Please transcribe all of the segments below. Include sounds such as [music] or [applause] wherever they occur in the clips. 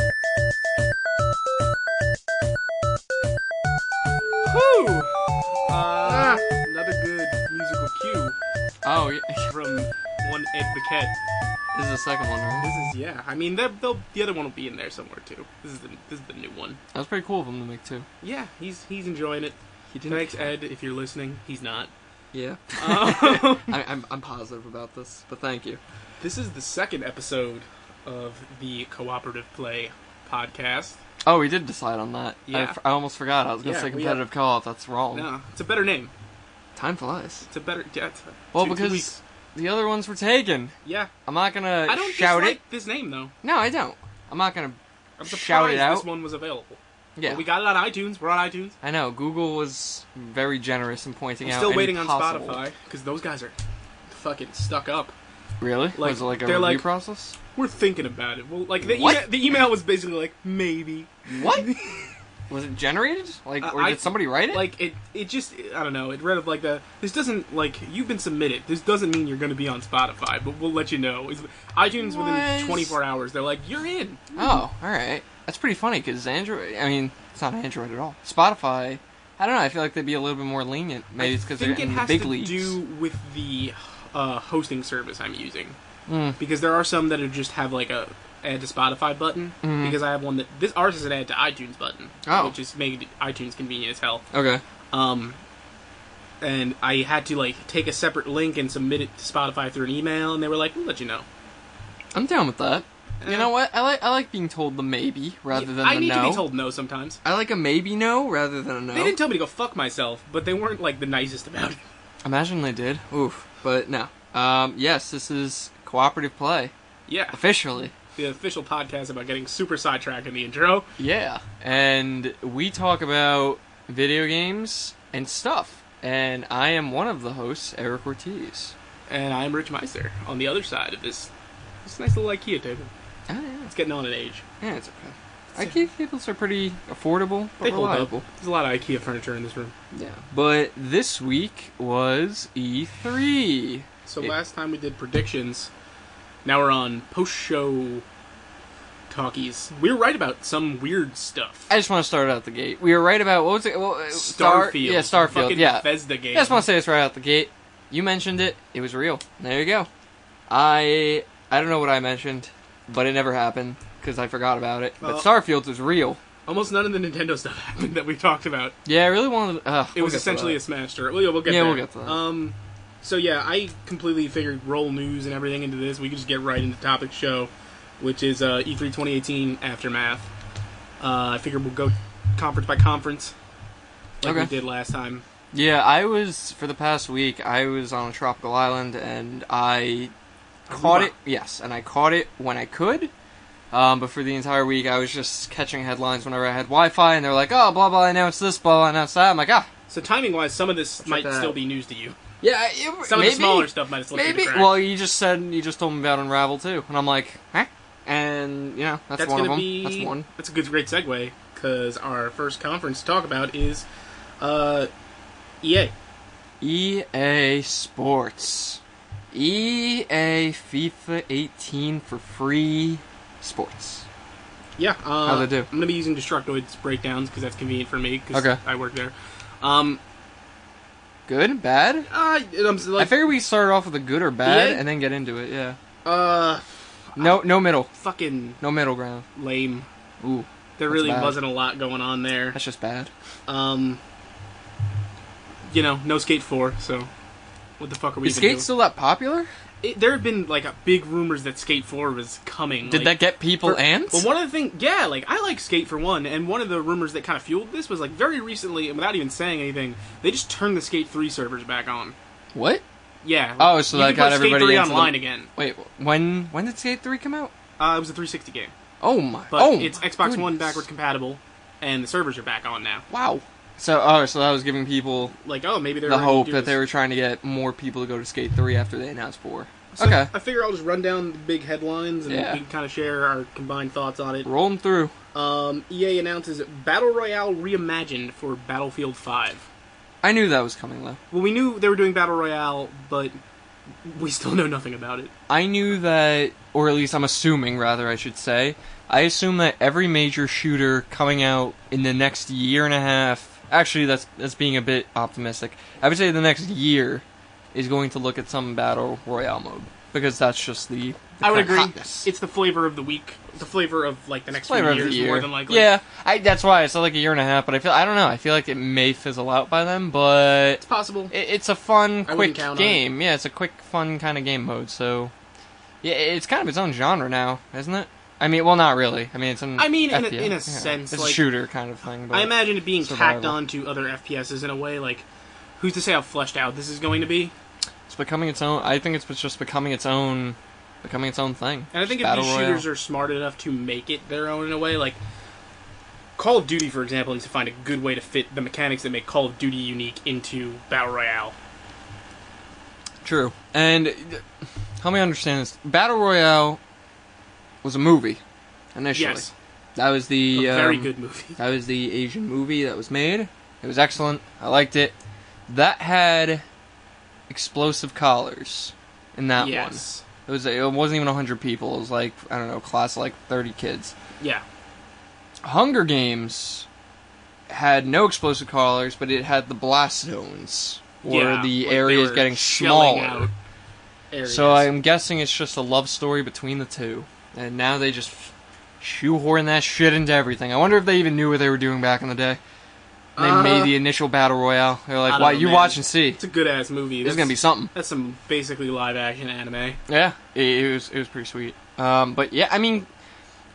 Uh, Ah. Oh, yeah. [laughs] from one Ed Paquette. this is the second one, right? This is yeah. I mean, they'll, they'll, the other one will be in there somewhere too. This is the this is the new one. That was pretty cool of him to make too. Yeah, he's he's enjoying it. He didn't. Thanks, Ed, if you're listening. He's not. [laughs] [laughs] Yeah, Um, I, I'm I'm positive about this, but thank you. this is the second episode of the cooperative play podcast. Oh, we did decide on that. I Yeah. f- I, almost forgot. I was gonna Yeah, say we, uh, competitive co-op. That's wrong. No, it's a better name. Time flies. It's a better. Yeah, it's a- Well, two- two because weeks. the other ones were taken. yeah, I'm not gonna I don't shout dislike it. this name though. No, I don't. I'm not gonna. I'm surprised Shout it this out. one was available. Yeah, But we got it on iTunes. We're on iTunes. I know. Google was very generous in pointing I'm out. still any waiting on possible- Spotify because those guys are fucking stuck up. Really? Like, was it like a they're review like- process? We're thinking about it. Well, like the, What? email, the email was basically like maybe. What? was it generated? Like, Uh, or I- did somebody write [laughs] it? Like it, it just I don't know. It read of like the this doesn't like you've been submitted. This doesn't mean you're going to be on Spotify, but we'll let you know. It's, iTunes What? within 24 hours, they're like you're in. Oh, all right. That's pretty funny because Android. I mean, it's not Android at all. Spotify. I don't know. I feel like they'd be a little bit more lenient. Maybe it's because they're think it in the has big to leagues. do with the uh, hosting service I'm using Mm. because there are some that are just have like a add to Spotify button Mhm. because I have one that this ours is an add to iTunes button, Oh. which is made iTunes convenient as hell. Okay. Um, and I had to like take a separate link and submit it to Spotify through an email, and they were like, "We'll let you know." I'm down with that. Eh. You know what? I like I like being told the maybe rather than I the need no. to be told no sometimes. I like a maybe no rather than a no. They didn't tell me to go fuck myself, but they weren't like the nicest about it. [laughs] Imagine they did. Oof. But no. Um, yes, this is cooperative play Yeah, officially. the official podcast about getting super sidetracked in the intro. Yeah. And we talk about video games and stuff. And I am one of the hosts, Eric Ortiz. And I'm Rich Meister on the other side of this this nice little IKEA table. Oh, yeah. It's getting on in age. Yeah, it's okay. IKEA tables are pretty affordable, but They hold up. reliable. There's a lot of IKEA furniture in this room. Yeah. But this week was E E3. So Yeah. last time we did predictions. Now we're on post-show talkies. We were right about some weird stuff. I just want to start out the gate. We were right about what was it? Well, uh, Star- Starfield. yeah, Starfield. Fucking Yeah. Bethesda game. I just want to say this right out the gate. You mentioned it. It was real. There you go. I I don't know what I mentioned, but it never happened because I forgot about it. Well- but Starfield was real. Almost none of the Nintendo stuff [laughs] happened that we talked about. Yeah, I really wanted. Uh, It was essentially a Smash tour. Well, yeah, we'll get Yeah, there. we'll get to that. Um, so yeah, I completely figured roll news and everything into this. We could just get right into topic show, which is uh, E3 2018 aftermath. Uh, I figured we'll go conference by conference, like we Okay. did last time. yeah. I was for the past week. I was on a tropical island and I caught Aruba. it. Yes, and I caught it when I could. Um, but for the entire week, I was just catching headlines whenever I had Wi-Fi, and they're like, "Oh, blah blah, announced this, blah blah, announced that." I'm like, "Ah, So timing wise, some of this might that still out. be news to you. yeah." It, Some maybe, of the smaller stuff might have slipped Maybe. through the cracks. Well, you just said you just told me about Unravel too, and I'm like, huh? And you know, that's, that's one of gonna them. be That's one. That's a good, great segue because our first conference to talk about is uh, EA. EA E Sports, EA FIFA 18 for free sports. Yeah. Uh, How'd they do? I'm gonna be using Destructoid's breakdowns because that's convenient for me because Okay. I work there. Um, Good, bad. uh, I'm s- I like, figure we start off with a good or bad, EA? and then get into it. Yeah. uh, No, no middle, fucking no middle ground. lame. Ooh, There That's really bad. wasn't a lot going on there. that's just bad. Um, you know, no Skate Four, so what the fuck are we? Is even skate still that popular? doing? It, there have been like a big rumors that Skate Four was coming. Did that get people ants? Well, one of the things, yeah, like I like Skate for one, and one of the rumors that kind of fueled this was like very recently, and without even saying anything, they just turned the Skate Three servers back on. what? Yeah. Oh, so you that can got play everybody Skate 3 into the- online again. Wait, when when did Skate 3 come out? Uh, it was a 360 game, Oh my! but oh, it's my Xbox One goodness. backward compatible, and the servers are back on now. Wow. So oh, so that was giving people Like, oh, maybe they're the gonna hope do that this. they were trying to get more people to go to Skate Three after they announced four. So okay, I figure I'll just run down the big headlines and Yeah. we can kind of share our combined thoughts on it. roll them through. Um, EA announces Battle Royale reimagined for Battlefield 5. I knew that was coming though. Well, we knew they were doing Battle Royale, but we still know nothing about it. I knew that, or at least I'm assuming, rather I should say, I assume that every major shooter coming out in the next year and a half. Actually, that's that's being a bit optimistic. I would say the next year is going to look at some battle royale mode because that's just the, the I would current agree. hotness. It's the flavor of the week, the flavor of like the next few flavor of years, the year. more than likely. Yeah, I, that's why I said like a year and a half, but I feel I don't know. I feel like it may fizzle out by then, but it's possible. it, it's a fun, I wouldn't quick count on game. Yeah, it's a quick, fun kind of game mode. So, yeah, i- it's kind of its own genre now, isn't it? I mean, well, not really. I mean, it's an. I mean, in a- FPS, in a yeah. sense, it's like, a shooter kind of thing. But I imagine it being tacked survival. on to other FPSs in a way. Like, who's to say how fleshed out this is going to be? it's becoming its own. I think it's just becoming its own, becoming its own thing. And I think Just if these battle shooters royale. are smart enough to make it their own in a way, like Call of Duty, for example, needs to find a good way to fit the mechanics that make Call of Duty unique into Battle Royale. true, and uh, help me understand this. Battle Royale was a movie initially. Yes, That was a the very um, good movie. That was the Asian movie that was made. It was excellent. I liked it. That had explosive collars in that yes, one. It was it wasn't even 100 people. It was like I don't know, class of like 30 kids. yeah, Hunger Games had no explosive collars, but it had the blast zones where yeah. the like, they area is were getting shelling smaller. out areas. So I'm guessing it's just a love story between the two. And now they just shoehorn that shit into everything. I wonder if they even knew what they were doing back in the day. They Uh, made the initial battle royale. They're I like, don't "Why know, you man. watch and see? It's a good ass movie. This is That's, gonna be something." that's some basically live action anime. Yeah, it, it was it was pretty sweet. Um, but yeah, I mean,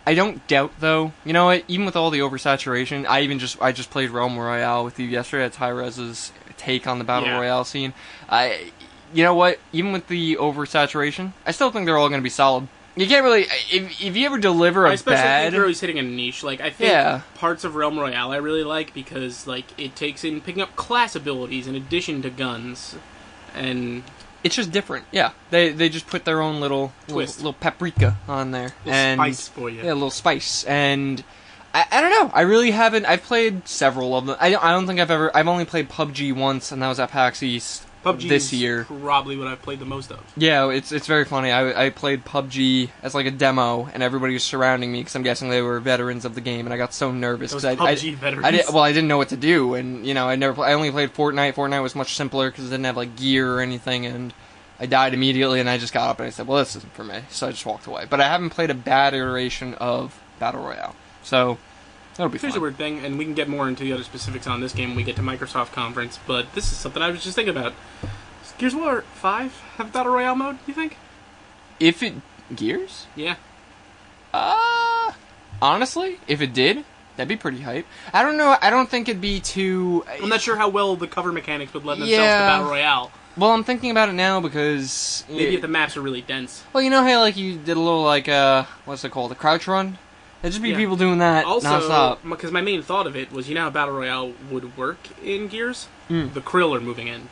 I don't doubt though. You know what? Even with all the oversaturation, I even just I just played Realm Royale with you yesterday. That's Hi-Rez's take on the battle Yeah. royale scene. I, you know what? Even with the oversaturation, I still think they're all going to be solid. You can't really if if you ever deliver I a especially bad. think they're always hitting a niche. Like I think Yeah. parts of Realm Royale I really like because like it takes in picking up class abilities in addition to guns, and It's just different. Yeah, they they just put their own little Twist. little, little paprika on there little and spice for you. Yeah, a little spice. And I, I don't know. I really haven't. I've played several of them. I don't, I don't think I've ever. I've only played PUBG once, and that was at PAX East PUBG this is year. probably what I've played the most of. Yeah, it's it's very funny. I, I played PUBG as like a demo, and everybody was surrounding me because I'm guessing they were veterans of the game, and I got so nervous Those because I, I- PUBG veterans. I did, well, I didn't know what to do, and you know, I never. Play, I only played Fortnite. Fortnite was much simpler because it didn't have like gear or anything, and I died immediately. And I just got up and I said, "Well, this isn't for me," so I just walked away. But I haven't played a bad iteration of Battle Royale, so that'll be Here's a fun. weird thing, and we can get more into the other specifics on this game when we get to Microsoft conference. But this is something I was just thinking about. Does Gears of War Five have battle royale mode? You think? If it gears, Yeah. uh, honestly, if it did, that'd be pretty hype. I don't know. I don't think it'd be too. I'm not sure how well the cover mechanics would lend themselves to Yeah. battle royale. Well, I'm thinking about it now because Maybe if the maps are really dense. Well, you know how like you did a little like uh, what's it called, a crouch run? It'd just be Yeah. people doing that Also, nonstop. because my main thought of it was, you know how battle royale would work in Gears. Hmm. The Krill are moving in.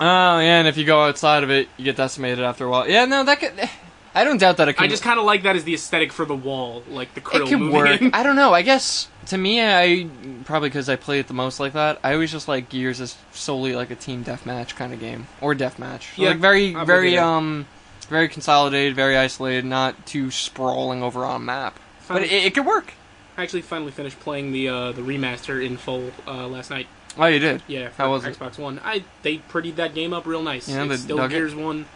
Oh yeah, and if you go outside of it, you get decimated after a while. Yeah, no, that could. [sighs] I don't doubt that it could. I just kind of like that as the aesthetic for the wall, like the Krill it could moving [laughs] work. in. I don't know. I guess to me, I probably because I play it the most like that. I always just like Gears as solely like a team deathmatch kind of game or deathmatch. Yeah, like very, I'm with very you there. um, very consolidated, very isolated, not too sprawling over on a map. But Fine. it, it could work. I actually finally finished playing the uh, the remaster in full uh, last night. Oh, you did. Yeah, for How was it? Xbox One. I they prettied that game up real nice. Yeah, it's they still dug it. Gears One,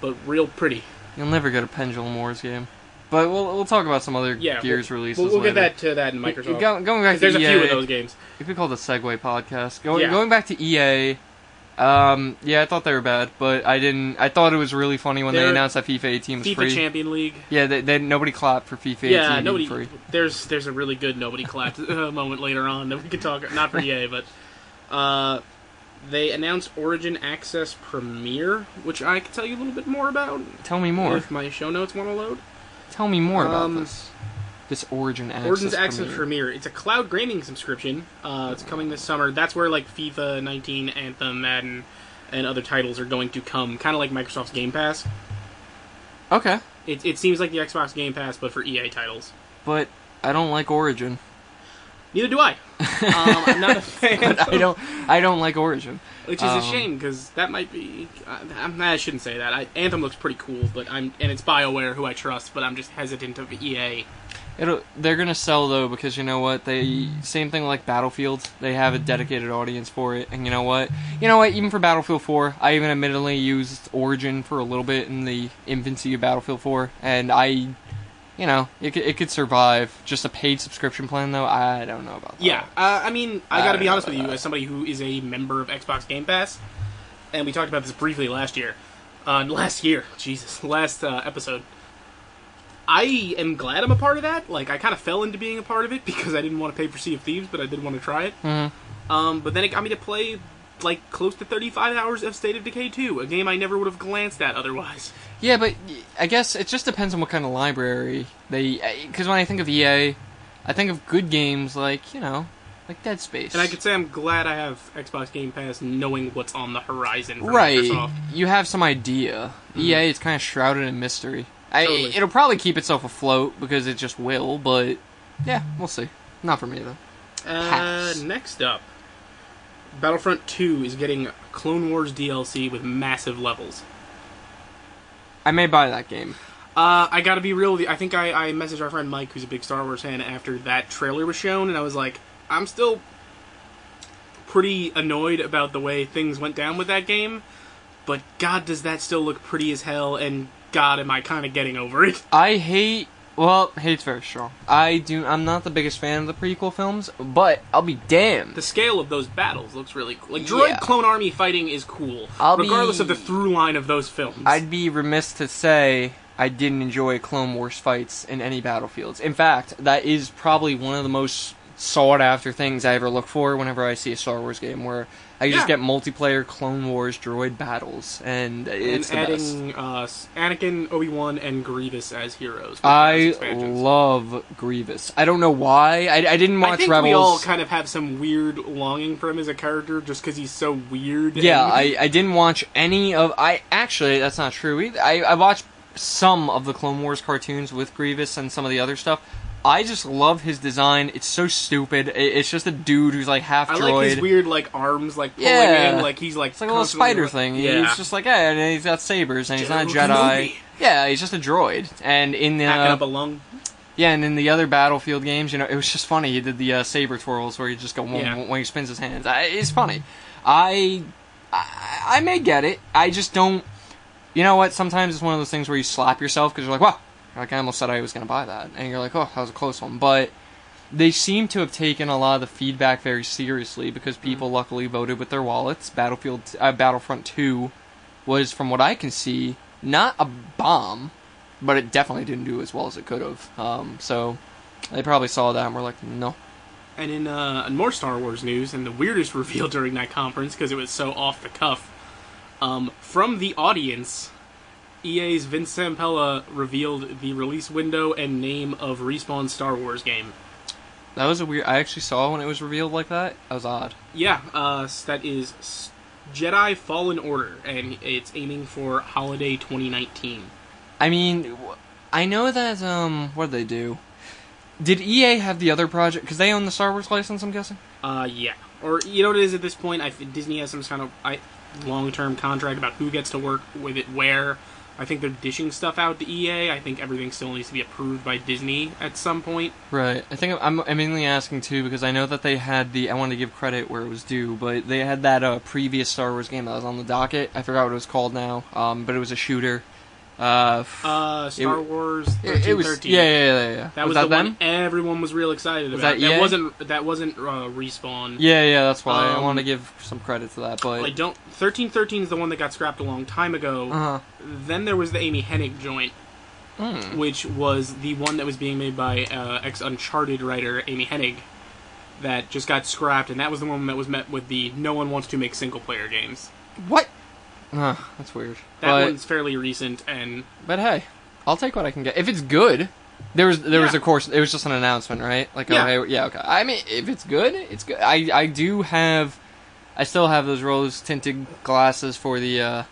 but real pretty. You'll never get a Pendulum Wars game. But we'll we'll talk about some other Yeah, Gears we'll, releases. We'll, we'll get later. that to that in Microsoft. Go- going back to There's a few EA, of those games. If we call the Segway podcast, going Yeah. going back to EA, um, yeah, I thought they were bad, but I didn't. I thought it was really funny when they They're- announced that FIFA 18 was FIFA free. Champion League. Yeah, they, they, nobody clapped for FIFA 18 Yeah, being nobody. free. There's there's a really good nobody clapped [laughs] uh, moment later on that we could talk. Not for EA, but uh, they announced Origin Access Premiere, which I could tell you a little bit more about Tell me more. if my show notes want to load. Tell me more about Um, this. This Origin Access. Origins Access premiere. Premier. It's a cloud gaming subscription. Uh, it's coming this summer. That's where like FIFA 19, Anthem, Madden, and other titles are going to come. Kind of like Microsoft's Game Pass. Okay, It, it seems like the Xbox Game Pass, but for EA titles. but I don't like Origin. [laughs] Neither do I. Um, I'm not a fan. I don't. I don't like Origin. Which is a Um, shame because that might be. I, I'm- I shouldn't say that. I, Anthem looks pretty cool, but I'm and it's Bioware who I trust, but I'm just hesitant of E EA. It'll, they're gonna sell though because you know what they same thing like Battlefield they have a Mm-hmm. dedicated audience for it and you know what you know what even for Battlefield 4 I even admittedly used Origin for a little bit in the infancy of Battlefield 4 and I you know it could, it could survive just a paid subscription plan though I don't know about that Yeah, uh, I mean, I Um, I got to don't be know honest with about you, that. as somebody who is a member of Xbox Game Pass, and we talked about this briefly last year. Uh, last year, [laughs] Jesus, last uh, episode. I am glad I'm a part of that. Like, I kind of fell into being a part of it [laughs] because I didn't want to pay for Sea of Thieves, but I did want to try it. Mhm. Um, but then it got me to play like close to 35 hours of State of Decay 2, a game I never would have glanced at otherwise. Yeah, but I guess it just depends on what kind of library they. Because when I think of EA, I think of good games like you know, like Dead Space. And I could say I'm glad I have Xbox Game Pass, knowing what's on the horizon for right, Microsoft. you have some idea. EA is kind of shrouded in mystery. I, Totally. It'll probably keep itself afloat because it just will. But yeah, we'll see. Not for me though. Uh, Pass. next up, Battlefront 2 is getting Clone Wars DLC with massive levels. I may buy that game. Uh, I gotta be real with you. I think I, I messaged our friend Mike, who's a big Star Wars fan, after that trailer was shown, and I was like, I'm still pretty annoyed about the way things went down with that game, but god, does that still look pretty as hell, and god, am I kind of getting over it. [laughs] I hate. Well, hate's very strong. I do. I'm not the biggest fan of the prequel films, but I'll be damned. The scale of those battles looks really cool. Like, droid Yeah. clone army fighting is cool, I'll be- regardless of the through line of those films. I'd be remiss to say I didn't enjoy Clone Wars fights in any battlefields. In fact, that is probably one of the most sought after things I ever look for whenever I see a Star Wars game where I can just Yeah. get multiplayer Clone Wars droid battles, and it's and the best. adding uh, S- Anakin, Obi Wan, and Grievous as heroes. with those I expansions. love Grievous. I don't know why. I, I didn't watch I think Rebels. we all kind of have some weird longing for him as a character, just because he's so weird. Yeah, and- I, I didn't watch any of. I actually, that's not true. Either. I I watched some of the Clone Wars cartoons with Grievous and some of the other stuff. I just love his design. It's so stupid. I- It's just a dude who's like half I droid. like his weird like arms like pulling Yeah. in, like he's like it's like a little constantly, spider like- thing. Yeah, He's just like yeah, and he's got sabers and he's not a General Jedi. Kenobi. Yeah, he's just a droid. And in uh, the hacking up a lung. yeah, and in the other Battlefield games, you know, it was just funny. He did the uh, saber twirls where he just go Yeah. when he spins his hands. I, it's funny. I, I I may get it. I just don't. You know what? Sometimes it's one of those things where you slap yourself because you're like, wow. Like I almost said I was gonna buy that, and you're like, oh, that was a close one. But they seem to have taken a lot of the feedback very seriously because people luckily voted with their wallets. Battlefield, uh, Battlefront Two, was from what I can see not a bomb, but it definitely didn't do as well as it could have. Um, so they probably saw that and were like, no. And in uh, in more Star Wars news, and the weirdest [laughs] reveal during that conference because it was so off the cuff, um, from the audience, EA's Vince Sampella revealed the release window and name of Respawn's Star Wars game. That was a weird. I actually saw when it was revealed like that. That was odd. Yeah, uh, s- that is s- Jedi Fallen Order, and it's aiming for holiday 2019. I mean, w- I know that. Um, what did they do? Did EA have the other project? Because they own the Star Wars license, I'm guessing. Uh, yeah, or you know what it is at this point. I think Disney has some kind of I, long-term contract about who gets to work with it where. I think they're dishing stuff out to EA. I think everything still needs to be approved by Disney at some point. Right. I think I'm, I'm mainly asking too because I know that they had the. I wanted to give credit where it was due, but they had that uh, previous Star Wars game that was on the docket. I forgot what it was called now, um, but it was a shooter. Uh, f- Uh, Star w- Wars it, it 1313. was. Yeah, yeah, yeah, yeah. That was, was, the that them? one everyone was real excited Was about. that That, EA? wasn't that wasn't uh, respawn. Yeah, yeah, that's why I Um, want to give some credit to that. But I don't. Thirteen thirteen is the one that got scrapped a long time ago. uh-huh. Then there was the Amy Hennig joint, Mm. which was the one that was being made by uh, ex Uncharted writer Amy Hennig, that just got scrapped, and that was the one that was met with the no one wants to make single player games. what? Uh, that's weird. That but, one's fairly recent, and but hey, I'll take what I can get if it's good. There was there was Yeah. of course it was just an announcement, right? Like Yeah. okay, yeah, okay. I mean, if it's good, it's good. I I do have, I still have those rose tinted glasses for the uh,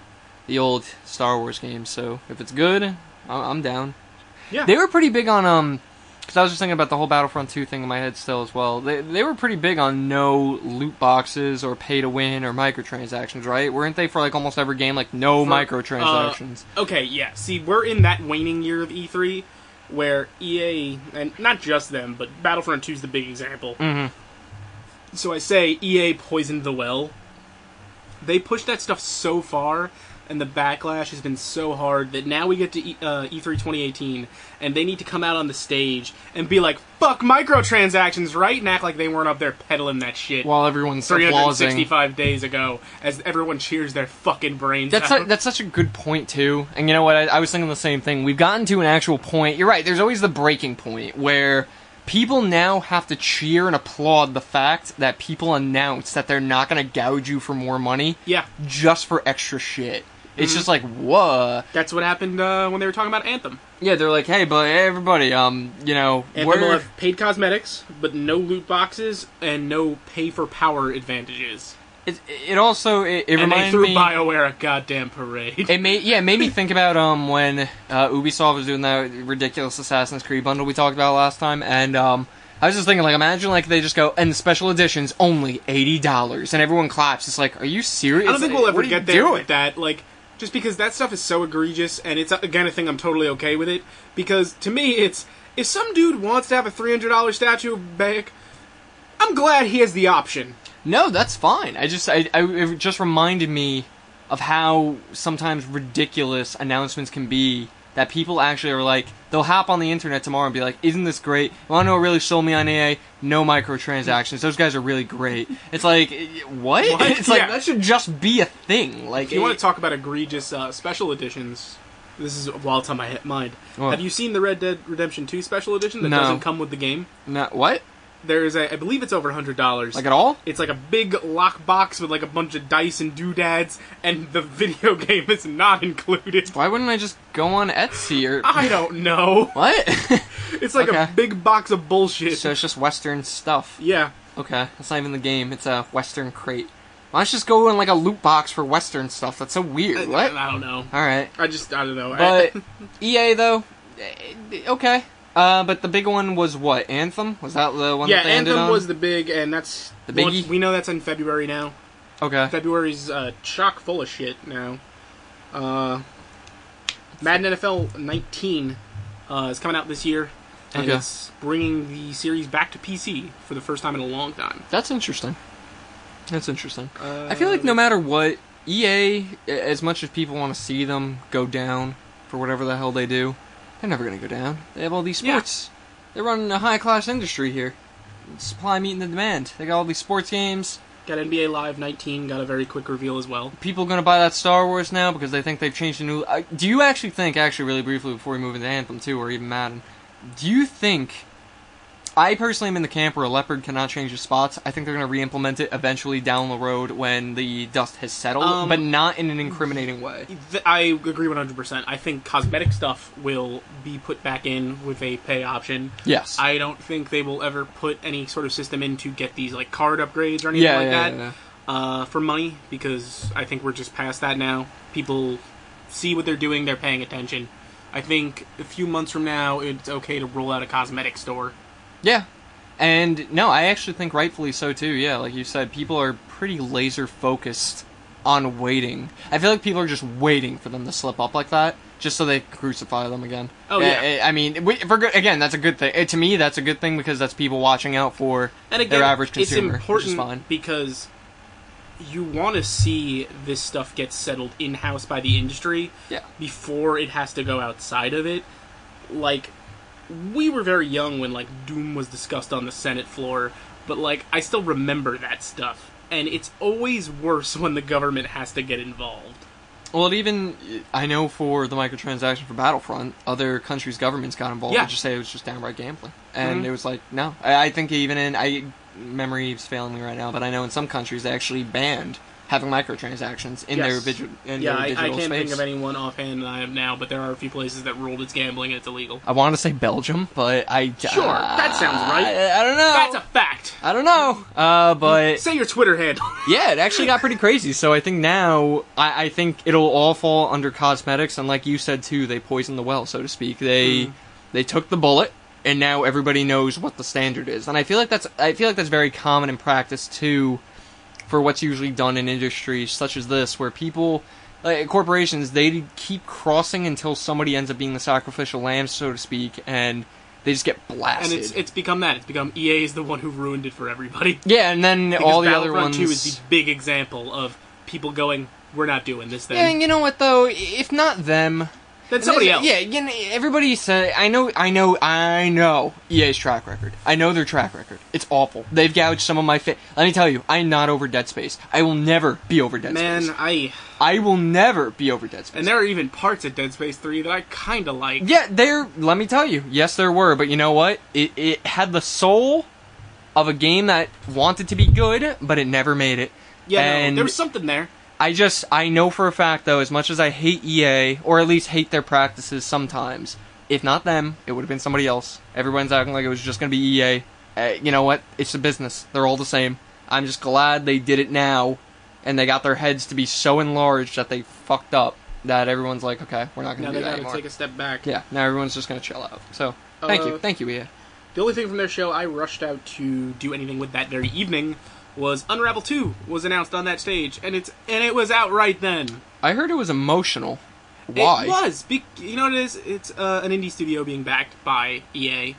the old Star Wars games. So if it's good, I'm, I'm down. [laughs] yeah, They were pretty big on um, because I was just thinking about the whole Battlefront 2 thing in my head still as well. They they were pretty big on no loot boxes or pay to win or microtransactions, right? Weren't they for like almost every game like no For- microtransactions? Okay, yeah. See, we're in that waning year of E3 where EA and not just them, but Battlefront 2 is the big example. Mhm. So I say EA poisoned the well. They pushed that stuff so far, and the backlash has been so hard that now we get to e- uh, E3 2018, and they need to come out on the stage and be like, "Fuck microtransactions, right?" and act like they weren't up there peddling that shit. While everyone's applauding. 365 days ago, as everyone cheers their fucking brains That's out. su- that's such a good point too. And you know what? I, I was thinking the same thing. We've gotten to an actual point. You're right. There's always the breaking point where people now have to cheer and applaud the fact that people announce that they're not going to gouge you for more money yeah, just for extra shit. It's just like, whoa. that's what happened uh, when they were talking about Anthem. Yeah, they're like, hey, but everybody, um, you know, And we're- then we'll have paid cosmetics, but no loot boxes and no pay for power advantages. it, it also it, it and they reminds threw me. Bioware a goddamn parade. It made yeah, it made me think about um when uh, Ubisoft was doing that ridiculous Assassin's Creed bundle we talked about last time, and um I was just thinking like imagine like they just go and special editions only eighty dollars, and everyone claps. It's like, are you serious? I don't think we'll ever What are you get there doing? with that. Like, just because that stuff is so egregious, and it's again a thing I'm totally okay with it. Because to me, it's if some dude wants to have a three hundred dollar statue of Beck, I'm glad he has the option. No, that's fine. I just I, I it just reminded me of how sometimes ridiculous announcements can be that people actually are like they'll hop on the internet tomorrow and be like, "Isn't this great? You want to know what really sold me on EA? No microtransactions. Those guys are really great." It's like what? What? It's like Yeah. that should just be a thing. Like If you want to talk about egregious uh, special editions, this is while it's on my he- mind. What? Have you seen the Red Dead Redemption Two special edition that No. doesn't come with the game? not what There is a, I believe it's over a hundred dollars. like at all? It's like a big lockbox with like a bunch of dice and doodads, and the [laughs] video game is not included. Why wouldn't I just go on Etsy or I don't know. what? [laughs] It's like Okay. a big box of bullshit. so it's just Western stuff. yeah, Okay, that's not even the game. It's a Western crate. Why don't you just go in like a loot box for Western stuff? That's so I- weird. I, What? don't know. All right, I just I don't know. but I, EA though, eh, okay. Uh, but the big one was what? Anthem was that the [laughs] one yeah, that they ended Anthem on? was the big, and that's The well, biggie? we know that's in February now. okay. February's uh, chock full of shit now. Uh, Madden NFL 19 uh, is coming out this year, and Okay. it's bringing the series back to PC for the first time in a long time. That's interesting. That's interesting. Uh, I feel like no matter what, EA, a- as much as people want to see them go down for whatever the hell they do, they're never going to go down. They have all these Yeah. sports. They're running a high class industry here. Supply meeting the demand. They got all these sports games. Got NBA Live 19, got a very quick reveal as well. people going to buy that Star Wars now because they think they've changed the new. I do you actually think, actually, really briefly before we move into Anthem too, or even Madden, do you think? I personally am in the camp where a leopard cannot change his spots. I think they're going to re-implement it eventually down the road when the dust has settled, Um, but not in an incriminating way. Th- I agree 100%. I think cosmetic stuff will be put back in with a pay option. Yes. I don't think they will ever put any sort of system in to get these like card upgrades or anything yeah, like yeah, that yeah, yeah. Uh, for money because I think we're just past that now. People see what they're doing; they're paying attention. I think a few months from now, it's okay to roll out a cosmetic store. Yeah. And no, I actually think rightfully so too. Yeah, like you said, people are pretty laser focused on waiting. I feel like people are just waiting for them to slip up like that, just so they crucify them again. Oh, yeah. I, I mean, we, for good, again, that's a good thing. Eh, to me, that's a good thing because that's people watching out for and again, their average consumer, It's important which is fine. because you want to see this stuff get settled in house by the industry Yeah. before it has to go outside of it. Like, we were very young when like Doom was discussed on the Senate floor, but like I still remember that stuff, and it's always worse [laughs] when the government has to get involved. Well, it even I know for the microtransaction for Battlefront, other countries' governments got involved. Yeah. and just say it was just downright gambling, and Mhm. it was like no. I, I think even in I memory's failing me right now, but I know in some countries they actually banned having microtransactions in their Yes. digital in yeah, their I, I digital can't space. think of anyone offhand that I have now, but there are a few places that ruled it's gambling and it's illegal. I wanted to say Belgium, but I Sure, that sounds right. I, I don't know. That's a fact. I don't know. Uh, but Say your Twitter handle. [laughs] yeah, it actually got pretty crazy. So I think now I, I think it'll all fall under cosmetics, and like you said too, they poisoned the well, so to speak. They Hmm. they took the bullet, and now everybody knows what the standard is. And I feel like that's I feel like that's very common in practice too, for what's usually done in industries such as this, where people like, corporations they keep crossing until somebody ends up being the sacrificial lamb, so to speak, and they just get and blasted. it's it's become that. It's become EA is the one who ruined it for everybody. [laughs] yeah, and then Because all the other Battlefront ones. 2 is the big example of people going, "We're not doing this yeah, then." and you know what though? If not them, Then somebody else. Yeah, you know, everybody said. I know, I know, I know EA's track record. I know their track record. It's awful. They've gouged some of my. Fa- Let me tell you, I'm not over Dead Space. I will never be over Dead Man, Space. I I will never be over Dead Space. and there are even parts of Dead Space 3 that I kind of like. Yeah, there. Let me tell you. Yes, there were, but you know what? It it had the soul of a game that wanted to be good, but it never made it. Yeah, no, and there was something there. I just I know for a fact though, as much as I hate EA or at least hate their practices sometimes, if not them, it would have been somebody else. Everyone's acting like it was just gonna be EA. Uh, you know what? It's a business. They're all the same. I'm just glad they did it now, and they got their heads to be so enlarged that they fucked up that everyone's like, okay, we're not gonna Now do they that gotta anymore. take a step back. Yeah, now everyone's just gonna chill out. So thank Uh, you, thank you, E EA. The only thing from their show I rushed out to do anything with that very evening was Unravel 2 was announced on that stage, and it's and it was out right then. I heard it was emotional. Why? It was. Be- you know what it is? It's uh, an indie studio being backed by EA.